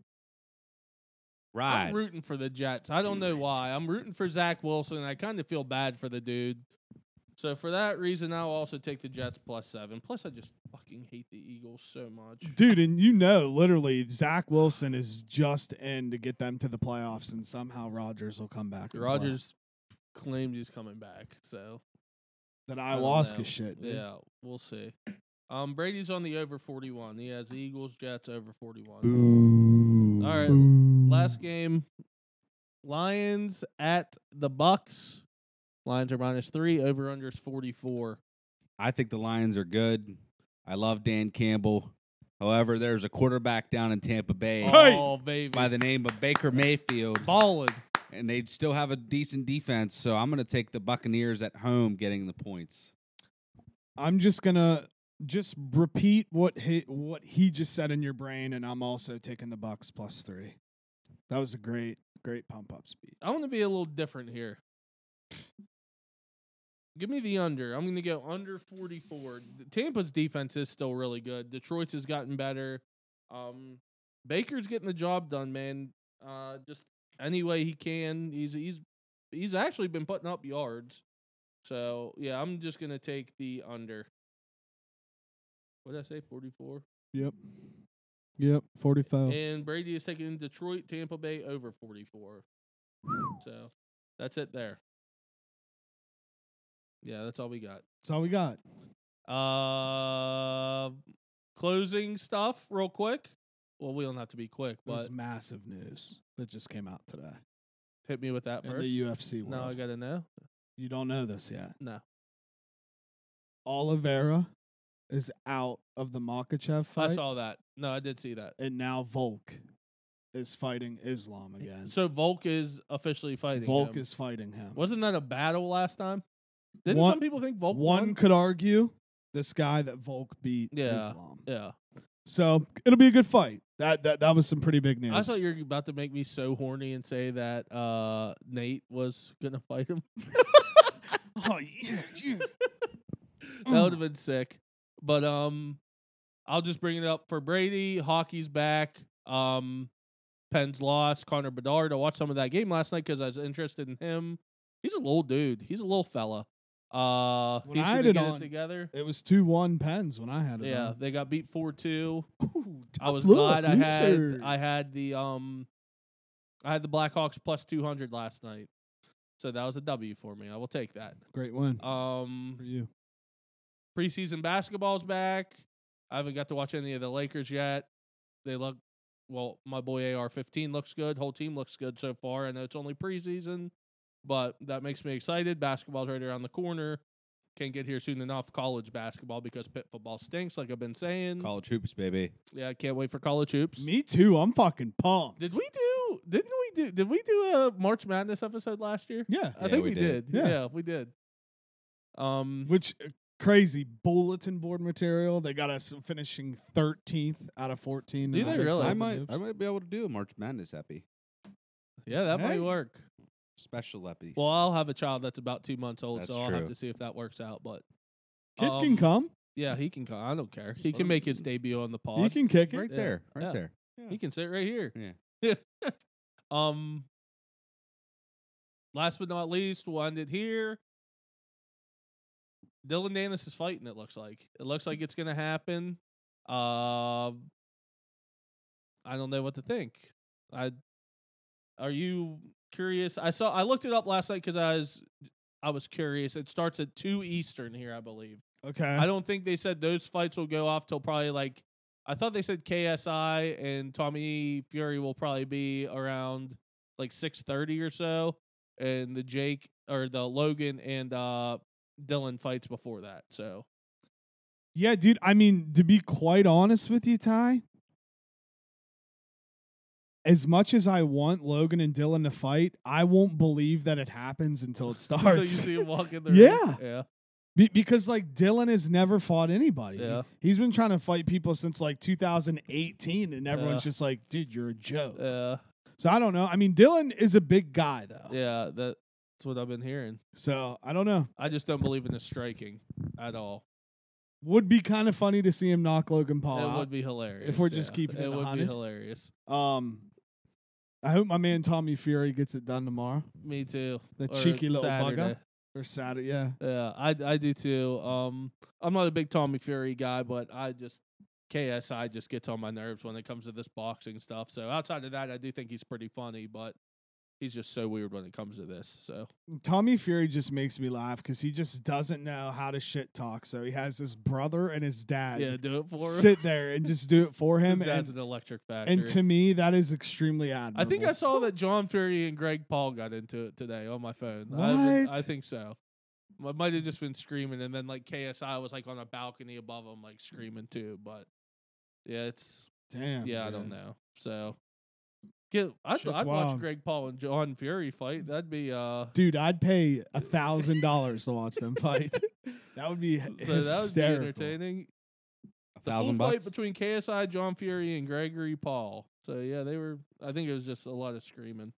Speaker 2: Right.
Speaker 1: I'm rooting for the Jets. I don't
Speaker 2: Do
Speaker 1: know
Speaker 2: it.
Speaker 1: why. I'm rooting for Zach Wilson. I kind of feel bad for the dude. So for that reason, I'll also take the Jets plus seven. Plus, I just fucking hate the Eagles so much.
Speaker 3: Dude, and you know, literally, Zach Wilson is just in to get them to the playoffs, and somehow Rodgers will come back. and play.
Speaker 1: Rogers claimed he's coming back, so
Speaker 3: that
Speaker 1: I don't know.
Speaker 3: ayahuasca shit. Dude.
Speaker 1: yeah, we'll see. Um, Brady's on the over forty-one. He has the Eagles, Jets over forty-one.
Speaker 2: Boo.
Speaker 1: All right, Last game, Lions at the Bucks. Lions are minus three. Over under is forty-four.
Speaker 2: I think the Lions are good. I love Dan Campbell. However, there's a quarterback down in Tampa Bay
Speaker 3: Hey!
Speaker 1: Oh baby,
Speaker 2: by the name of Baker Mayfield,
Speaker 1: balling.
Speaker 2: and they still have a decent defense. So I'm going to take the Buccaneers at home getting the points.
Speaker 3: I'm just gonna just repeat what he what he just said in your brain, and I'm also taking the Bucks plus three. That was a great, great pump up speed.
Speaker 1: I want to be a little different here. Give me the under. I'm going to go under 44. The- Tampa's defense is still really good. Detroit's has gotten better. Um, Baker's getting the job done, man. Uh, just any way he can. He's he's he's actually been putting up yards. So yeah, I'm just going to take the under. What did I say? 44.
Speaker 3: Yep. Yep. Forty five.
Speaker 1: And Brady is taking Detroit, Tampa Bay over 44. So that's it there. Yeah, that's all we got.
Speaker 3: That's all we got.
Speaker 1: Uh, closing stuff real quick. Well, we don't have to be quick, but
Speaker 3: There's massive news that just came out today
Speaker 1: hit me with that
Speaker 3: in
Speaker 1: first.
Speaker 3: the UFC
Speaker 1: Now
Speaker 3: world.
Speaker 1: I gotta know.
Speaker 3: you don't know this yet.
Speaker 1: No,
Speaker 3: Oliveira is out of the Makachev
Speaker 1: I
Speaker 3: fight,
Speaker 1: saw that. No, I did see that.
Speaker 3: and now Volk is fighting Islam again.
Speaker 1: So Volk is officially fighting.
Speaker 3: Volk
Speaker 1: him.
Speaker 3: is fighting him.
Speaker 1: Wasn't that a battle last time? Didn't
Speaker 3: One-
Speaker 1: some people think Volk
Speaker 3: One
Speaker 1: won?
Speaker 3: could argue this guy that Volk beat
Speaker 1: Yeah.
Speaker 3: Islam.
Speaker 1: Yeah,
Speaker 3: So it'll be a good fight. That that that was some pretty big news.
Speaker 1: I thought you were about to make me so horny and say that uh, Nate was gonna fight him.
Speaker 3: oh yeah, yeah.
Speaker 1: that would have been sick. But um, I'll just bring it up for Brady. Hockey's back. Um, Penn's lost. Connor Bedard. I watched some of that game last night because I was interested in him. He's a little dude. He's a little fella. Uh,
Speaker 3: When
Speaker 1: he's gonna
Speaker 3: I had it
Speaker 1: get
Speaker 3: on-
Speaker 1: it together.
Speaker 3: It was two one pens when I had it.
Speaker 1: Yeah,
Speaker 3: on.
Speaker 1: they got beat four two.
Speaker 3: Ooh,
Speaker 1: I
Speaker 3: tough
Speaker 1: was
Speaker 3: look,
Speaker 1: glad I had
Speaker 3: losers.
Speaker 1: I had the um I had the Blackhawks plus two hundred last night. So that was a W for me. I will take that.
Speaker 3: great win
Speaker 1: Um
Speaker 3: for you.
Speaker 1: preseason basketball's back. I haven't got to watch any of the Lakers yet. They look well, my boy AR fifteen looks good. Whole team looks good so far. I know it's only preseason, but that makes me excited. Basketball's right around the corner. Can't get here soon enough. College basketball because pit football stinks, like I've been saying.
Speaker 2: College hoops, baby.
Speaker 1: Yeah, I can't wait for college hoops.
Speaker 3: Me too. I'm fucking pumped.
Speaker 1: Did we do? Didn't we do? Did we do a March Madness episode last year?
Speaker 3: Yeah.
Speaker 1: I
Speaker 2: Yeah,
Speaker 1: think
Speaker 2: we
Speaker 1: we,
Speaker 2: did.
Speaker 1: did.
Speaker 3: Yeah.
Speaker 1: Yeah. we did. Um,
Speaker 3: Which uh, crazy bulletin board material. They got us finishing 13th out of 14.
Speaker 1: Do
Speaker 3: in
Speaker 1: they
Speaker 3: that
Speaker 1: really?
Speaker 3: type
Speaker 2: I
Speaker 3: of
Speaker 2: might,
Speaker 3: moves.
Speaker 2: I might be able to do a March Madness happy,
Speaker 1: yeah, that
Speaker 3: Hey.
Speaker 1: might work.
Speaker 2: special eppies.
Speaker 1: Well, I'll have a child that's about two months old,
Speaker 2: That's
Speaker 1: so I'll
Speaker 2: true.
Speaker 1: have to see if that works out. But
Speaker 3: Kid
Speaker 1: um,
Speaker 3: can come.
Speaker 1: Yeah, he can come. I don't care.
Speaker 2: Just
Speaker 1: He
Speaker 2: let
Speaker 1: can
Speaker 2: him-
Speaker 1: make his debut on the pod.
Speaker 3: He can kick
Speaker 2: right
Speaker 3: it.
Speaker 1: Yeah.
Speaker 2: there, right
Speaker 1: Yeah.
Speaker 2: there.
Speaker 1: He can sit right here.
Speaker 2: Yeah.
Speaker 1: um. Last but not least, we'll end it here. Dylan Danis is fighting. It looks like it looks like it's gonna happen. Um, I don't know what to think. I are you curious? I saw I looked it up last night because I was I was curious. It starts at two Eastern here, I believe.
Speaker 3: Okay.
Speaker 1: I don't think they said those fights will go off till probably like I thought they said KSI and Tommy E, Fury will probably be around like six thirty or so, and the Jake or the Logan and uh Dylan fights before that. So
Speaker 3: yeah, dude. I mean, to be quite honest with you, Ty, as much as I want Logan and Dylan to fight, I won't believe that it happens until it starts.
Speaker 1: until you see him walk in the
Speaker 3: Yeah.
Speaker 1: ring. yeah,
Speaker 3: Be- because like Dylan has never fought anybody.
Speaker 1: Yeah.
Speaker 3: He's been trying to fight people since like 2018, and everyone's
Speaker 1: Yeah.
Speaker 3: just like, "Dude, you're a joke."
Speaker 1: yeah,
Speaker 3: So I don't know. I mean, Dylan is a big guy though.
Speaker 1: yeah. That's what I've been hearing.
Speaker 3: So I don't know.
Speaker 1: I just don't believe in the striking at all.
Speaker 3: Would be kind of funny to see him knock Logan Paul
Speaker 1: it
Speaker 3: out.
Speaker 1: would be hilarious
Speaker 3: we're just
Speaker 1: yeah.
Speaker 3: keeping it
Speaker 1: It would
Speaker 3: 100.
Speaker 1: be hilarious.
Speaker 3: Um, I hope my man Tommy Fury gets it done tomorrow
Speaker 1: Me too.
Speaker 3: The
Speaker 1: Or
Speaker 3: cheeky little bugger.
Speaker 1: Saturday.
Speaker 3: or Saturday. Yeah,
Speaker 1: Yeah, I I do too. Um, I'm not a big Tommy Fury guy, but I just KSI just gets on my nerves when it comes to this boxing stuff. So outside of that, I do think he's pretty funny, but he's just so weird when it comes to this. So
Speaker 3: Tommy Fury just makes me laugh because he just doesn't know how to shit talk. So he has his brother and his dad
Speaker 1: yeah, do it for him.
Speaker 3: sit there and just do it for
Speaker 1: His
Speaker 3: him.
Speaker 1: dad's
Speaker 3: And,
Speaker 1: an electric factory.
Speaker 3: and to me, that is extremely admirable.
Speaker 1: I think I
Speaker 3: that's
Speaker 1: saw that John Fury and Greg Paul got into it today on my phone. I, haven't-
Speaker 3: What?
Speaker 1: I think so. I might have just been screaming, and then like KSI was like on a balcony above him, like screaming too. But yeah, it's
Speaker 3: Damn.
Speaker 1: yeah, I
Speaker 3: dude.
Speaker 1: don't know. So, get I'd,
Speaker 3: Shit's
Speaker 1: I'd watch
Speaker 3: wild.
Speaker 1: Greg Paul and John Fury fight. That'd be uh,
Speaker 3: Dude, I'd pay a thousand dollars to watch them fight. That would be
Speaker 1: so that would be
Speaker 3: hysterical.
Speaker 1: entertaining.
Speaker 2: A
Speaker 1: The
Speaker 2: thousand
Speaker 1: full
Speaker 2: bucks.
Speaker 1: fight between KSI, John Fury, and Gregory Paul. So yeah, they were. I think it was just a lot of screaming.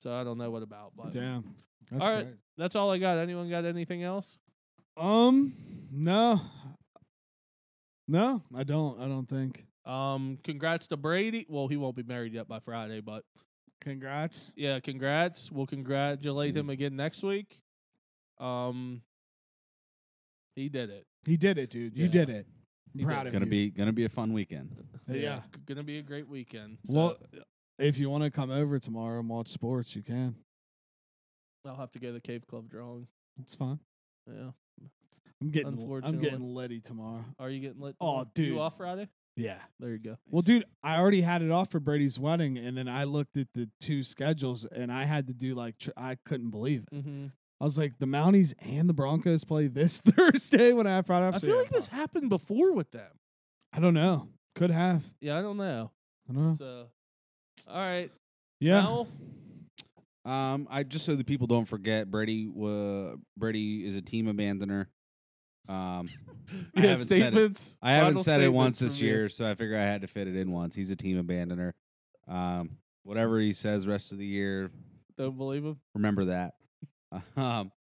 Speaker 1: So I don't know what about, but
Speaker 3: Damn. That's
Speaker 1: All right.
Speaker 3: crazy.
Speaker 1: that's all I got. Anyone got anything else?
Speaker 3: Um, no, no, I don't. I don't think.
Speaker 1: Um, congrats to Brady. Well, he won't be married yet by Friday, but
Speaker 3: Congrats.
Speaker 1: yeah, congrats. We'll congratulate
Speaker 2: Mm.
Speaker 1: him again next week. Um, he did it.
Speaker 3: He did it, dude. You
Speaker 1: Yeah.
Speaker 3: did it. I'm
Speaker 1: He
Speaker 3: proud
Speaker 1: did.
Speaker 3: of
Speaker 2: gonna
Speaker 3: you.
Speaker 2: be gonna be a fun weekend.
Speaker 3: Yeah.
Speaker 1: g- gonna be a great weekend. So
Speaker 3: Well, if you want to come over tomorrow and watch sports, you can.
Speaker 1: I'll have to go to the Cave Club drawing.
Speaker 3: It's fine.
Speaker 1: Yeah.
Speaker 3: I'm getting. I'm
Speaker 1: Unfortunately.
Speaker 3: getting litty tomorrow.
Speaker 1: Are you getting lit?
Speaker 3: Aw, dude.
Speaker 1: You off Friday?
Speaker 3: Yeah.
Speaker 1: There you go.
Speaker 3: Well, dude, I already had it off for Brady's wedding, and then I looked at the two schedules, and I had to do like tr- I couldn't believe it.
Speaker 1: Mm-hmm.
Speaker 3: I was like, the Mounties and the Broncos play this Thursday when I have Friday off.
Speaker 1: I
Speaker 3: so
Speaker 1: feel
Speaker 3: yeah,
Speaker 1: like this happened before with them.
Speaker 3: I don't know. Could have.
Speaker 1: Yeah, I don't know.
Speaker 3: I don't know.
Speaker 1: So All right.
Speaker 3: Yeah.
Speaker 1: Mel?
Speaker 2: Um, I just so the people don't forget, Brady. Uh, Brady is a team abandoner. Um, I
Speaker 1: Yeah,
Speaker 2: haven't said it.
Speaker 1: statements.
Speaker 2: I haven't
Speaker 1: Final
Speaker 2: said it once
Speaker 1: statements
Speaker 2: this
Speaker 1: from you.
Speaker 2: year, so I figure I had to fit it in once. He's a team abandoner. Um, whatever he says rest of the year,
Speaker 1: Don't believe him.
Speaker 2: remember that. Um,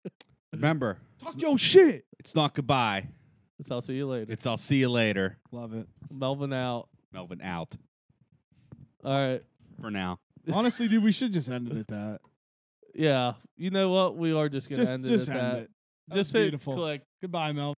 Speaker 2: remember,
Speaker 3: Talk your shit.
Speaker 2: it's not goodbye.
Speaker 1: It's I'll see you later.
Speaker 2: It's I'll see you later.
Speaker 3: Love it.
Speaker 1: Melvin out.
Speaker 2: Melvin out
Speaker 1: All right.
Speaker 2: for now.
Speaker 3: Honestly, dude, we should just end it at that.
Speaker 1: Yeah. You know what? We are just gonna
Speaker 3: Just,
Speaker 1: end it
Speaker 3: just
Speaker 1: at
Speaker 3: end
Speaker 1: that.
Speaker 3: it. That was
Speaker 1: Just hit
Speaker 3: beautiful.
Speaker 1: click.
Speaker 3: Goodbye, Mel.